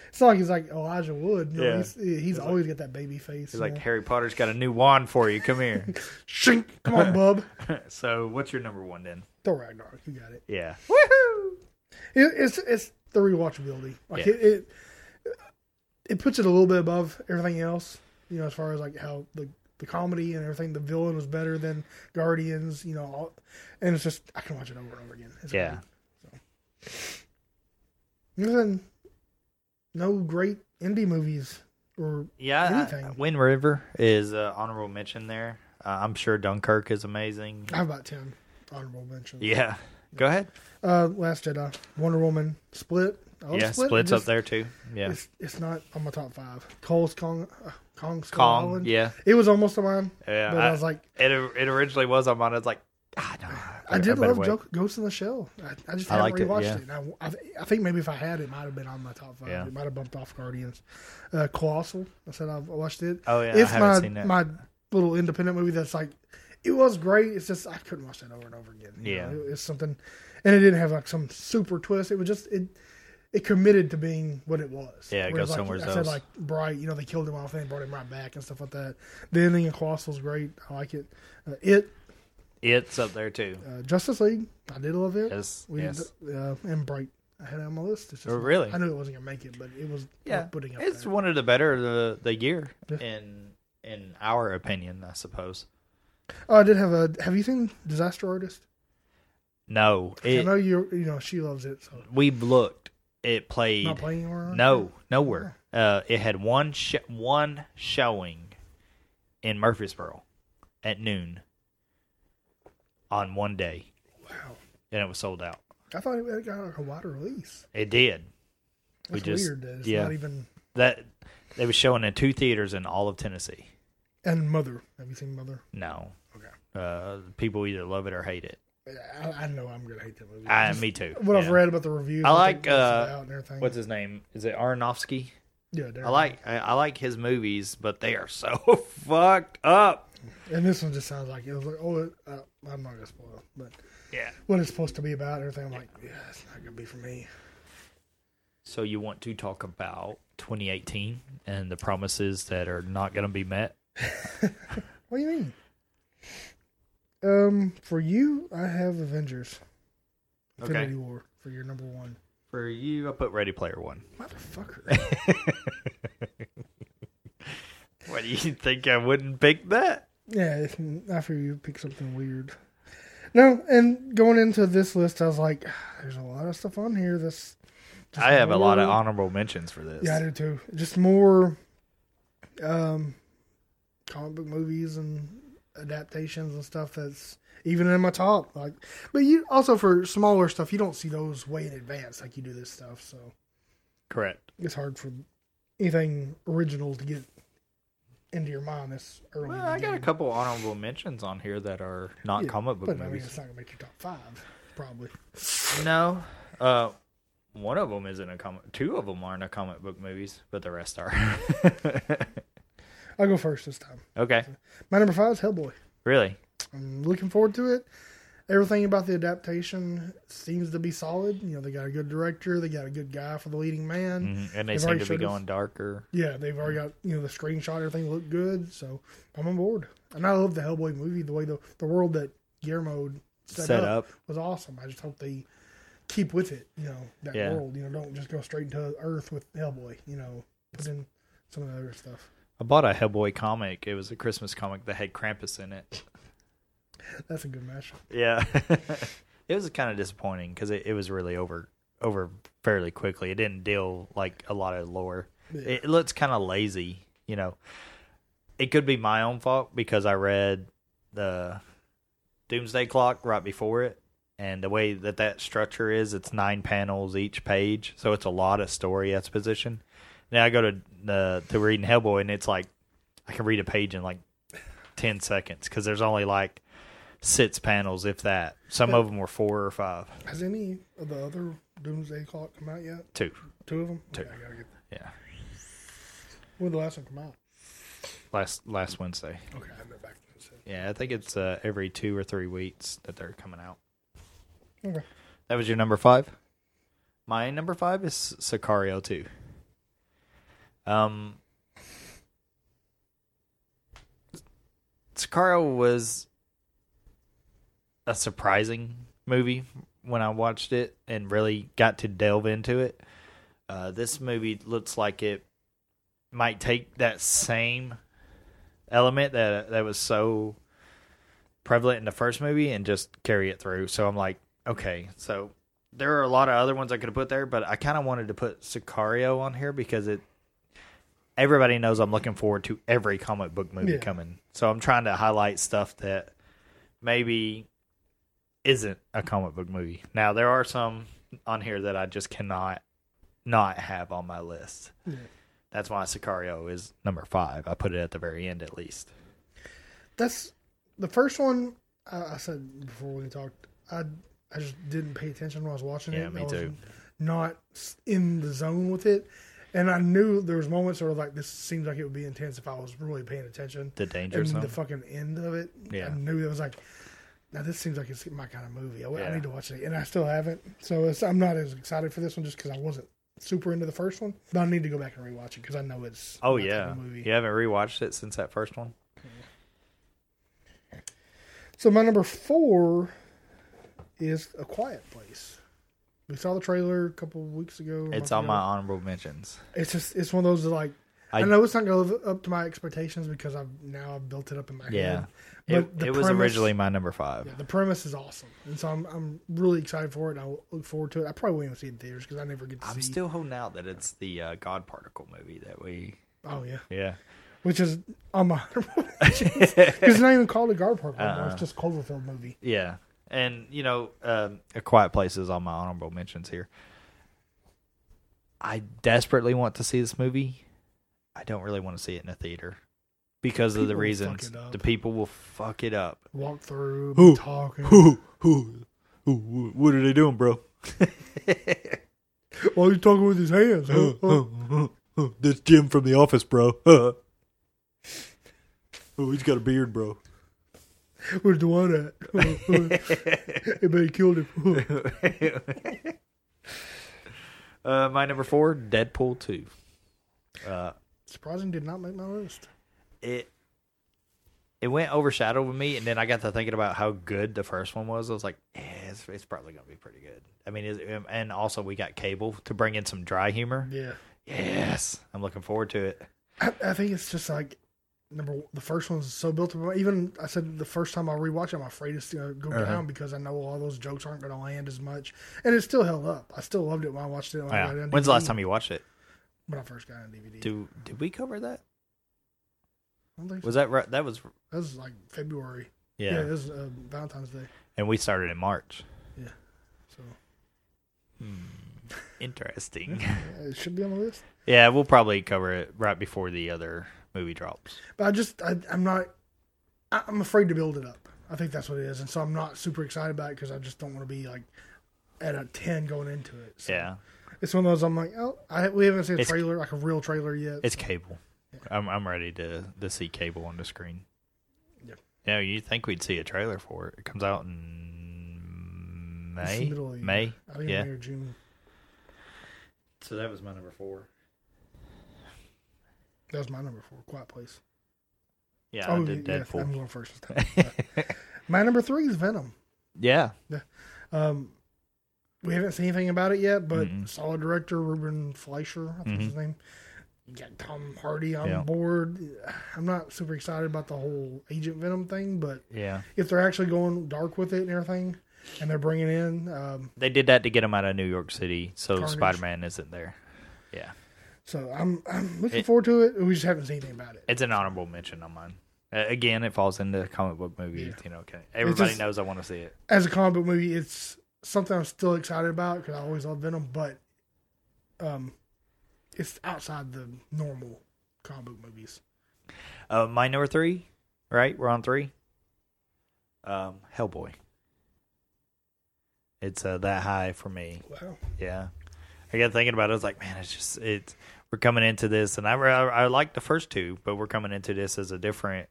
It's not like he's like Elijah Wood. You know, Yeah. he's, he's always got that baby face. He's like Harry Potter's got a new wand for you. Come here. Shink. Come on, bub. so what's your number one then? Thor Ragnarok. You got it. Yeah. it it's it's the rewatchability. Like Yeah. it, it it puts it a little bit above everything else. You know, as far as like how the the comedy and everything, the villain was better than Guardians. You know, all, and it's just I can watch it over and over again. It's Yeah. Nothing. No great indie movies or Yeah. anything. I- Wind River is uh, honorable mention there. Uh, I'm sure Dunkirk is amazing. I have about ten honorable mentions. Yeah. Go ahead. Uh, Last Jedi, Wonder Woman, Split. I love yeah, Oh, Split. It splits up just- there too. Yeah. It's, it's not on my top five. Cole's Kong, uh, Kong Skull Kong, Island. yeah. It was almost on mine. Yeah. but I, was like, it it originally was on mine. I was like, ah, no. I did better love wait. Jo- Ghost in the Shell. I, I just I haven't liked it, rewatched yeah. it. And I, I, I think maybe if I had, it might have been on my top five. Yeah. It might have bumped off Guardians. Uh, Colossal. I said I've watched it. Oh, yeah, I it's haven't my seen that. my little independent movie that's like, it was great. It's just I couldn't watch that over and over again. you Yeah. know? It- it's something, and it didn't have like some super twist. It was just it. It committed to being what it was. Yeah, it goes Whereas, like, somewhere I else. said like Bright, you know, they killed him off and brought him right back and stuff like that. The ending of Colossal's great. I like it. Uh, it It's up there too. uh, Justice League. I did love it. Yes, we yes. Uh, and Bright. I had it on my list. It's Oh, really? I knew it wasn't gonna make it, but it was Yeah, worth putting up it's there. one of the better of the the year in in our opinion, I suppose. Oh, I did have a. Have you seen Disaster Artist? No, I it know you. You know she loves it. So we've looked. It played Not playing anywhere? No, nowhere. Uh, it had one sh- one showing in Murfreesboro at noon on one day. Wow. And it was sold out. I thought it got like a wider release. It did. That's weird that it's not even- that they were showing in two theaters in all of Tennessee. And Mother. Have you seen Mother? No. Okay. Uh, people either love it or hate it. I, I know I'm gonna hate that movie. I, Just me too. What I've Yeah. read about the reviews, I what like they- what's about uh, and everything. what's his name? Is it Aronofsky? Yeah, Darren I like I, I like his movies, but they are so fucked up. And this one just sounds like it was like, oh, it, uh, I'm not gonna spoil, it, but yeah, what it's supposed to be about, and everything. I'm like, yeah, it's not gonna be for me. So you want to talk about 2018 and the promises that are not going to be met? What do you mean? Um, for you, I have Avengers: Okay. Infinity War for your number one. For you, I put Ready Player One. Motherfucker. What do you think? I wouldn't pick that. yeah, if, after you pick something weird. No, and going into this list, I was like, "Ah, there's a lot of stuff on here. This I have a lot of more- honorable mentions for this. Yeah, I do too. Just more um, comic book movies and adaptations and stuff that's even in my top. Like, but you also for smaller stuff, you don't see those way in advance like you do this stuff. So Correct. it's hard for anything original to get into your mind this early. Well, I got a couple honorable mentions on here that are not Yeah, comic book but I mean, movies. it's not gonna make your top five, probably. No. Uh, one of them isn't a comic. Two of them aren't a comic book movies, but the rest are. I'll go first this time. okay. My number five is Hellboy. Really? I'm looking forward to it. Everything about the adaptation seems to be solid. You know, they got a good director, they got a good guy for the leading man, Mhm. And they They've seem to already be showed us- going darker. Yeah, they've already got you know the screenshot. Everything looked good, so I'm on board. And I love the Hellboy movie. The way the the world that Guillermo set, Set up, up. was awesome. I just hope they keep with it. You know that Yeah. world. You know, don't just go straight into Earth with Hellboy. You know, put in some of the other stuff. I bought a Hellboy comic. It was a Christmas comic that had Krampus in it. That's a good matchup. Yeah. it was kind of disappointing because it, it was really over over fairly quickly. It didn't deal like a lot of lore. Yeah. It, it looks kind of lazy, you know. It could be my own fault because I read the Doomsday Clock right before it, and the way that that structure is, it's nine panels each page, so it's a lot of story exposition. Now I go to the to reading Hellboy, and it's like I can read a page in like ten seconds because there's only like six panels, if that. Some of them were four or five. Has any of the other Doomsday Clock come out yet? Two. Two of them. Two. I gotta get. Yeah. When did the last one come out? Last last Wednesday. Okay, I went back to it. Yeah, I think it's uh, every two or three weeks that they're coming out. Okay. That was your number five. My number five is Sicario two. Um, Sicario was a surprising movie when I watched it and really got to delve into it. Uh, this movie looks like it might take that same element that that was so prevalent in the first movie and just carry it through. So I'm like, okay, so there are a lot of other ones I could have put there, but I kind of wanted to put Sicario on here because it everybody knows I'm looking forward to every comic book movie Yeah. coming. So I'm trying to highlight stuff that maybe isn't a comic book movie. Now there are some on here that I just cannot not have on my list. Yeah. That's why Sicario is number five. I put it at the very end at least. That's the first one. I, I said before we talked. I I just didn't pay attention when I was watching Yeah, it. me I was too. Not s- in the zone with it, and I knew there was moments where like this seems like it would be intense if I was really paying attention. The danger and zone. the fucking end of it. Yeah. I knew it was like. Now this seems like it's my kind of movie. I, I Yeah. need to watch it, and I still haven't. So it's, I'm not as excited for this one just because I wasn't super into the first one. But I need to go back and rewatch it because I know it's Oh my type yeah, of movie. you haven't rewatched it since that first one. So my number four is A Quiet Place. We saw the trailer a couple of weeks ago. a It's month on my ago. honorable mentions. It's just it's one of those that, like I, I- know it's not going to live up to my expectations because I've now I've built it up in my Yeah, head. it, the it was premise- originally my number five. yeah, the premise is awesome, and so I'm I'm really excited for it. and I look forward to it. I probably won't even see it in theaters because I never get to I'm see. still holding out that it's the uh, God Particle movie that we. oh yeah, Yeah, which is on my because it's not even called a guard park. anymore. Uh-uh. It's just Cloverfield movie. yeah, and you know, um, a Quiet Place is on my honorable mentions here. I desperately want to see this movie. I don't really want to see it in a theater. because of the People will fuck reasons. The people will fuck it up. Walk through, Who? talking. Who? Who? Who? who- What are they doing, bro? While he's talking with his hands. huh? Huh? This Jim from the office, bro. oh, he's got a beard, bro. Where's the one at? Huh? Huh? Everybody killed him. Huh? Uh, my number four, Deadpool two. Uh, Surprising did not make my list. it it went overshadowed with me, and then I got to thinking about how good the first one was. I was like, eh, it's, it's probably gonna be pretty good. I mean, it, and also we got Cable to bring in some dry humor. Yeah. Yes, I'm looking forward to it. I, I think it's just like number one, the first one's so built up. Even I said the first time I rewatch it, I'm afraid it's gonna go Uh-huh. down because I know all those jokes aren't gonna land as much, and it still held up. I still loved it when I watched it. When, I Oh, Yeah. got it on When's the last DVD. time you watched it? When I first got it on DVD. Do did we cover that? I don't think Was so. that right? That was That was like February. Yeah. it was uh, Valentine's Day. and we started in March. Yeah, so Interesting. yeah, it should be on the list. yeah, we'll probably cover it right before the other movie drops. But I just, I, I'm not, I, I'm afraid to build it up. I think that's what it is. And so I'm not super excited about it because I just don't want to be like at a 10 going into it. So Yeah, It's one of those I'm like, oh, I, we haven't seen a It's- trailer, like a real trailer yet. it's Cable. I'm I'm ready to to see Cable on the screen. Yep. Yeah, you think we'd see a trailer for it? It comes out in It's the May. middle of the May. year. I think yeah. May or June. So that was my number four. That was my number four, Quiet Place. Yeah, I did Oh, yeah, Deadpool. I'm going first this time. my number three is Venom. Yeah. Um, we haven't seen anything about it yet, but solid director Ruben Fleischer, I think is his name. You got Tom Hardy on Mm-hmm. Yeah. board. I'm not super excited about the whole Agent Venom thing, but Yeah. if they're actually going dark with it and everything, and they're bringing in, um, They did that to get him out of New York City, so Carnage. Spider Man isn't there. Yeah. so I'm I'm looking It- forward to it. We just haven't seen anything about it. It's an honorable mention on mine. Uh, again, it falls into comic book movies. You know, okay. everybody just- knows I want to see it. As a comic book movie, it's something I'm still excited about because I always love Venom, but um, it's outside the normal comic book movies. Uh, my number three, right? We're on three. Um, Hellboy. It's uh, that high for me. Wow. Yeah, I got thinking about it. I was like, man, it's just it's we're coming into this, and I re- I like the first two, but we're coming into this as a different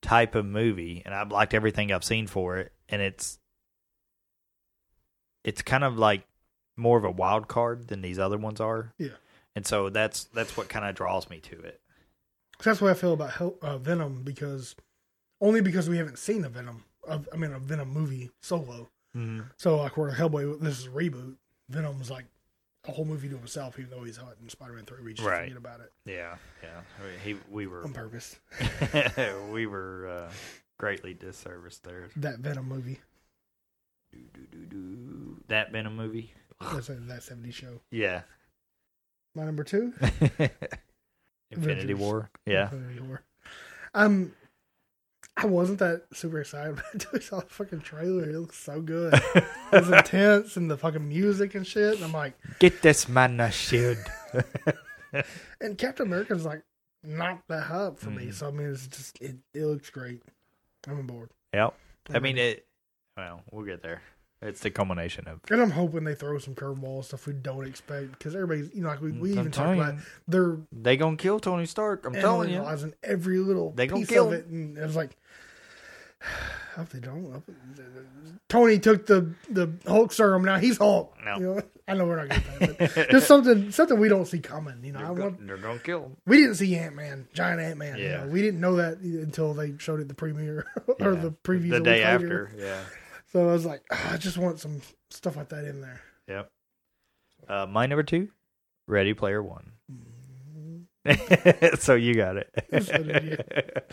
type of movie, and I've liked everything I've seen for it, and it's it's kind of like more of a wild card than these other ones are, Yeah. and so that's that's what kind of draws me to it. 'Cause that's what I feel about Hel- uh, Venom because only because we haven't seen a Venom, of I mean a Venom movie solo. So like where Hellboy, this is a reboot. Venom's like a whole movie to himself, even though he's hot in Spider-Man Three. We just Right. forget about it Yeah, yeah. I mean, he we were on purpose. we were uh, greatly disserviced there. That Venom movie, That been a movie? that's a, that '70s show. Yeah. My number two, Infinity Avengers. War. Yeah. Infinity War. Um, I wasn't that super excited about it. I saw the fucking trailer. It looks so good. it was intense and the fucking music and shit. And I'm like, Get this man a shield. and Captain America's like not that high up for Mm. me. So I mean, it's just it, it looks great. I'm on board, yep. I mean it. Well, we'll get there. It's the culmination of. and I'm hoping they throw some curveballs stuff we don't expect because everybody's you know like we, Mm, we even talked about it, they're They gonna kill Tony Stark. I'm telling you. analyzing every little They gonna piece kill of him. it, and it was like. I hope they don't. I hope- Tony took the the Hulk serum. Now he's Hulk. No. You know, I know we're not getting that, but there's something something we don't see coming. You know, I They're gonna, want they're gonna kill him. we didn't see Ant Man, Giant Ant Man. Yeah. we didn't know that until they showed it the premiere or Yeah. the preview the a day week later. after. Yeah. So I was like, "Ah, I just want some stuff like that in there. Yep. Uh, my number two, Ready Player One. so you got So did you. it.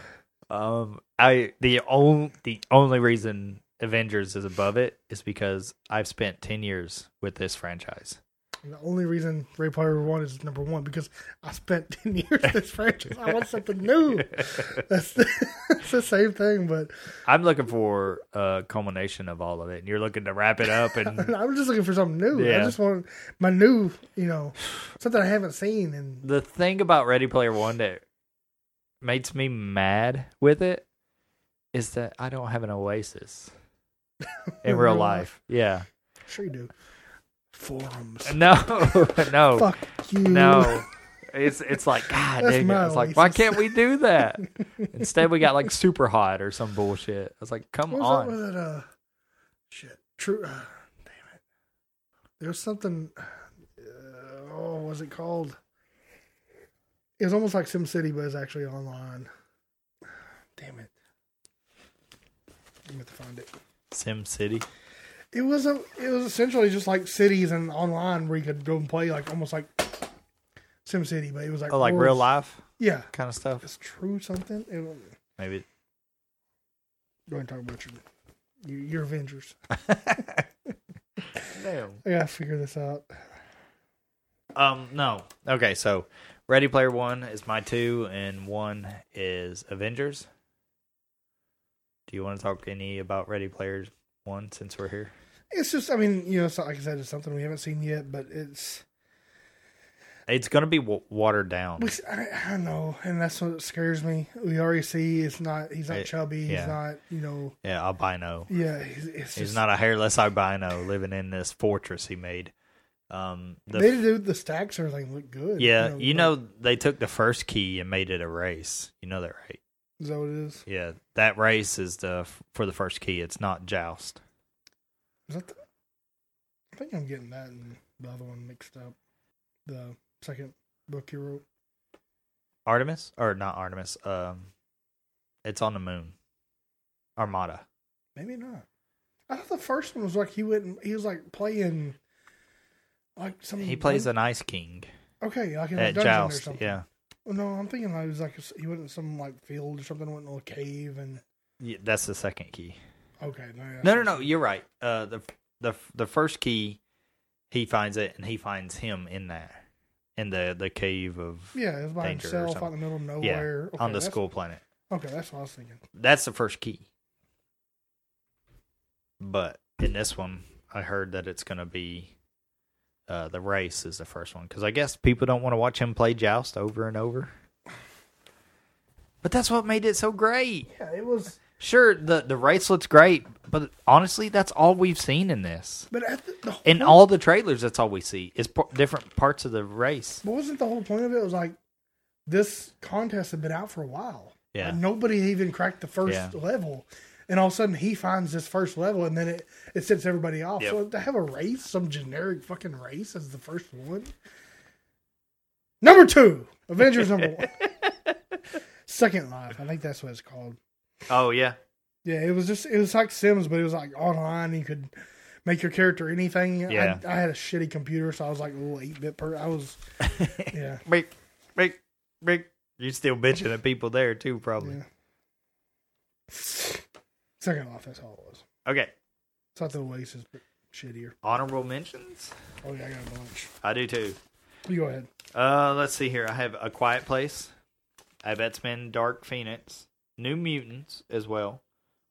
um, I the only the only reason Avengers is above it is because I've spent ten years with this franchise. And the only reason Ray Player One is number one because I spent ten years in this franchise. I want something new. That's the, that's the same thing, but I'm looking for a culmination of all of it, and you're looking to wrap it up and I'm just looking for something new. I Yeah. just want my new, you know, something I haven't seen. And the thing about Ready Player One that makes me mad with it is that I don't have an oasis in real life. Yeah. Sure you do. Forums. No, no. Fuck you. No. It's it's like God, That's dang it. my It's like why oasis. can't we do that? Instead, we got like super hot or some bullshit. I was like, come What was on. that with it? Uh, shit. True. Uh, damn it. There was something. Uh, oh, what was it called? It was almost like SimCity, but it's actually online. Damn it. You have to find it. Sim City. It was a. It was essentially just like cities and online where you could go and play like almost like SimCity, but it was like Oh, like real worlds. life Yeah, kind of stuff. it's true something. It was, Maybe go ahead and talk about your your, your Avengers. Damn. I gotta figure this out. Um, no. Okay, so Ready Player One is my two, and one is Avengers. Do you want to talk any about Ready Player One since we're here? It's just, I mean, you know, it's not, like I said, it's something we haven't seen yet, but it's. It's gonna be w- watered down. We, I, I know, and that's what scares me. We already see it's not. He's not It- chubby. yeah. He's not. You know. Yeah, albino. Yeah, he's, it's just. He's not a hairless albino living in this fortress he made. Um, the they do the stacks and everything look good. yeah, you but- know they took the first key and made it a race. You know that, right? Is that what it is? Yeah, that race is the for the first key. It's not joust. Is that the, I think I'm getting that and the other one mixed up. The second book you wrote. Artemis or not Artemis. Um, it's on the moon. Armada. Maybe not. I thought the first one was like he went. and- He was like playing. Like some. He plays an ice king Okay, like in a at dungeon or joust. something. Yeah. Well, No, I'm thinking like it was like a s he went in some like field or something, went in a little cave and yeah, that's the second key. okay. No, yeah, No, no, no. You're right. Uh, the the the first key, he finds it, and he finds him in that in the the cave of Yeah, it was by danger or himself out in something. the middle of yeah nowhere. Okay, on the that's- school planet. Okay, that's what I was thinking. That's the first key. But in this one, I heard that it's going to be uh, the race is the first one because I guess people don't want to watch him play joust over and over. But that's what made it so great. Yeah, it was. Sure, the the race looks great, but honestly, that's all we've seen in this. But at the, the whole In point- all the trailers, that's all we see is p- different parts of the race. but wasn't the whole point of it? It was like this contest had been out for a while. Yeah. Like, nobody even cracked the first Yeah. level, and all of a sudden he finds this first level, and then it it sets everybody off. Yep. So to have a race, some generic fucking race, as the first one. Number two, Avengers number one. Second Life, I think that's what it's called. Oh yeah, Yeah, it was just it was like Sims, but it was like online. You could make your character anything. Yeah. I, I had a shitty computer, so I was like a little eight bit per. I was, yeah, Rick, Rick, Rick. You're still bitching at people there too, probably. yeah. Second Life, that's all it was. Okay, It's not the Oasis, but shittier. honorable mentions. Oh yeah, I got a bunch. I do too. You go ahead. Uh, let's see here. I have A Quiet Place. I have X-Men Dark Phoenix. New Mutants as well.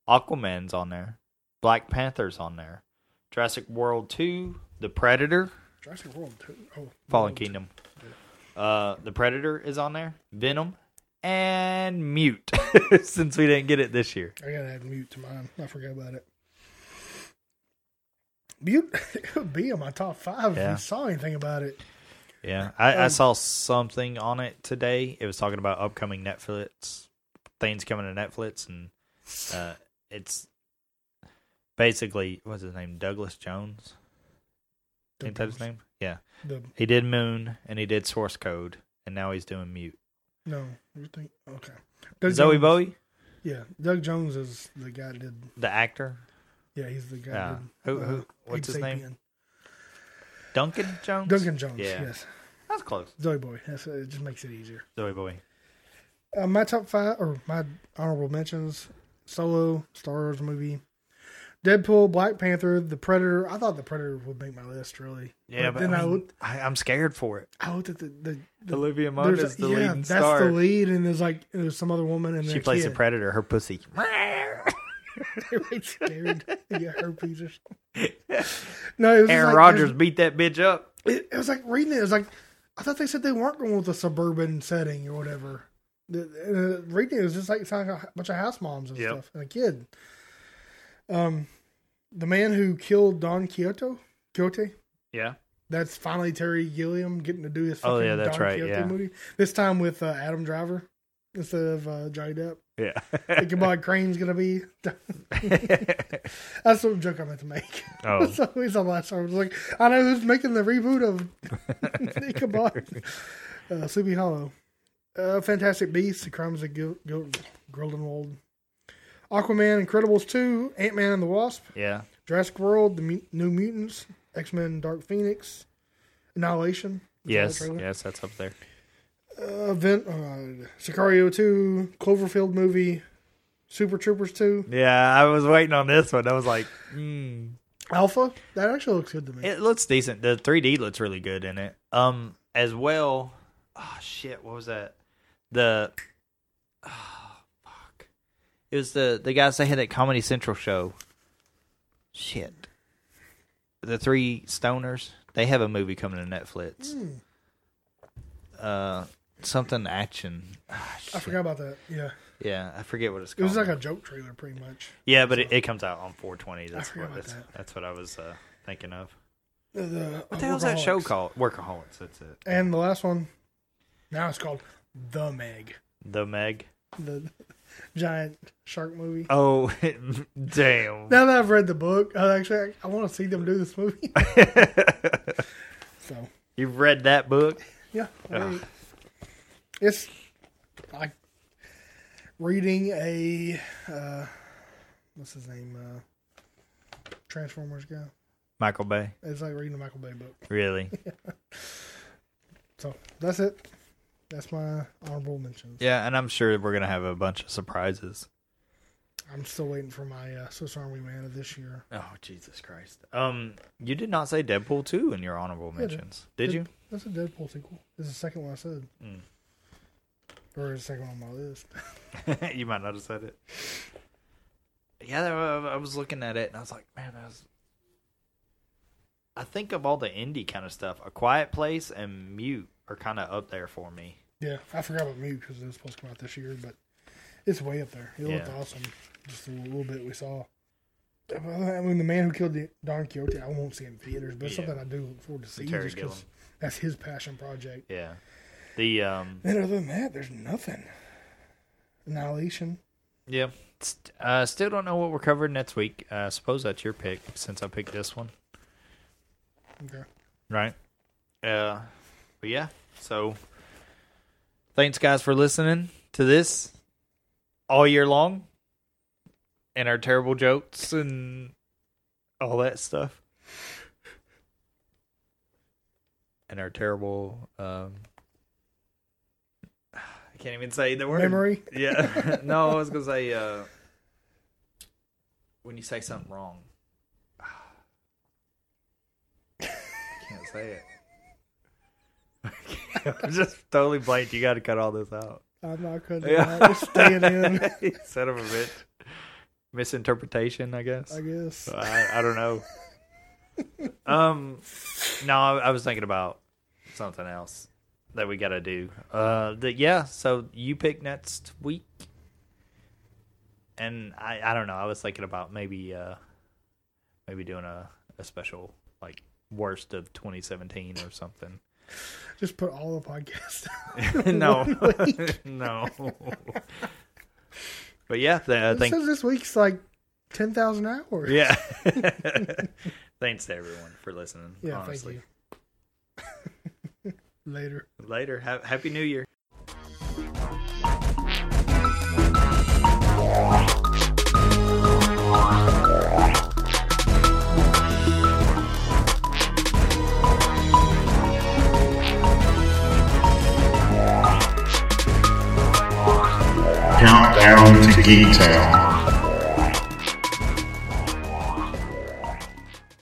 Aquaman's on there. Black Panther's on there. Jurassic World 2. The Predator. Jurassic World too. Oh, Fallen Kingdom. Uh, The Predator is on there. Venom. And Mute, since we didn't get it this year. I gotta add mute to mine. I forgot about it. Mute it would be in my top five if Yeah. you saw anything about it. Yeah, I, I Um, saw something on it today. It was talking about upcoming Netflix things coming to Netflix, and uh, it's basically what's his name, Douglas Jones. The- Ain't that his name? Yeah, The he did Moon and he did Source Code, and now he's doing Mute. no, you think okay? Doug Zoe Jones- Bowie, Yeah, Doug Jones is the guy that did. the actor, Yeah, he's the guy. that Yeah. did, Ah, uh, Who- who- what's Ape his name? Sapien. Duncan Jones. Duncan Jones. Yeah. Yes, that's close. Zoe Boy. That's, it just makes it easier. Zoe Bowie. Uh, my top five or my honorable mentions: Solo, Star Wars movie, Deadpool, Black Panther, The Predator. I thought The Predator would make my list really. Yeah, but, then I I, looked. I, am scared for it. I looked at the the. the Olivia Munn there's is a- the yeah, leading that's star. the lead, and there's like and there's some other woman, and she their plays the kid. predator. Her pussy. Everybody's scared. to get herpes or something. No, it was just Aaron like- Rodgers beat that bitch up. it, it was like reading it. It was like I thought they said they weren't going with a suburban setting or whatever. The, uh, reading it was just like it's like a bunch of house moms and Yep. stuff and a kid. Um, the man who killed Don Quixote, Quixote, Yeah. that's finally Terry Gilliam getting to do his fucking Oh, yeah, that's Don right, Quixote yeah. movie. This time with uh, Adam Driver instead of uh, Johnny Depp. Yeah. Think about Crane's gonna be. that's the joke I meant to make. Oh. so he's on last time. I was like, I know who's making the reboot of Ichabod, uh, Sleepy Hollow, uh, Fantastic Beasts, The Crimes of Gil- Gil- Grindelwald, Aquaman, Incredibles two, Ant Man and the Wasp, Yeah. Jurassic World, The Mu- New Mutants, X Men, Dark Phoenix, Annihilation. Yes. Trailer. Yes, that's up there. Uh, Vent, uh, Sicario 2, Cloverfield movie, Super Troopers 2, Yeah, I was waiting on this one. I was like, mm. Alpha. That actually looks good to me. it looks decent. The 3D looks really good in it. Um, as well. Oh shit! What was that? The oh fuck! It was the the guys that had that Comedy Central show. Shit. The three stoners. They have a movie coming to Netflix. Hmm. Uh, something action. Ah, I shit. forgot about that. Yeah. Yeah, I forget what it's It called. was like a joke trailer, pretty much. yeah, but it, it comes out on 420. That's forgot what about that's, that. that's what I was uh, thinking of. The, the- What the hell's that show Workaholics. called? Workaholics. That's it. And the last one, now it's called The Meg, The Meg. the giant shark movie. Oh, damn. Now that I've read the book, I actually I want to see them do this movie. so You've read that book? Yeah. I mean, It's like reading a uh, what's his name uh, Transformers guy. Michael Bay. It's like reading a Michael Bay book. Really? So that's it. That's my honorable mentions. Yeah, and I'm sure we're going to have a bunch of surprises. I'm still waiting for my uh, Swiss Army Man of this year. Oh, Jesus Christ. Um, you did not say Deadpool 2 in your honorable Yeah, I did. mentions. Did you? Mm. That's a Deadpool sequel. It's the second one I said, or the second one on my list. you might not have said it. Yeah, there- I I was looking at it and I was like, man, that was. I think of all the indie kind of stuff, A Quiet Place and Mute are kind of up there for me. Yeah, I forgot about Mute because it was supposed to come out this year, but it's way up there. It looked Yeah. awesome. Just a little bit we saw. I mean, the man who killed Don Quixote, I won't see in theaters, but it's Yeah. something I do look forward to seeing Terry just 'cause Gilliam. that's his passion project. Yeah. The um And other than that, there's nothing. Annihilation. yeah, St- uh, still don't know what we're covering next week. Uh, I suppose that's your pick since I picked this one, Okay. right? Uh, but yeah. So thanks guys for listening to this all year long and our terrible jokes and all that stuff and our terrible um I can't even say the word Memory. Yeah. no, I was gonna say uh, when you say something wrong. I can't say it. I'm just totally blanked. You got to cut all this out. I'm not cutting it Yeah. out. It's staying in, Son of a bitch. Misinterpretation, I guess. I guess. I, I don't know. um, no, I, I was thinking about something else that we got to do. Uh, the, yeah. So you pick next week, and I, I don't know. I was thinking about maybe, uh, maybe doing a, a special like worst of 2017 or something. Just put all the podcasts. no, no. But yeah, th- uh, It thank says this week's like 10,000 hours. yeah. Thanks to everyone for listening. Yeah, thank honestly. you. Later. Later. Ha- Happy New Year. Countdown to Geek Town.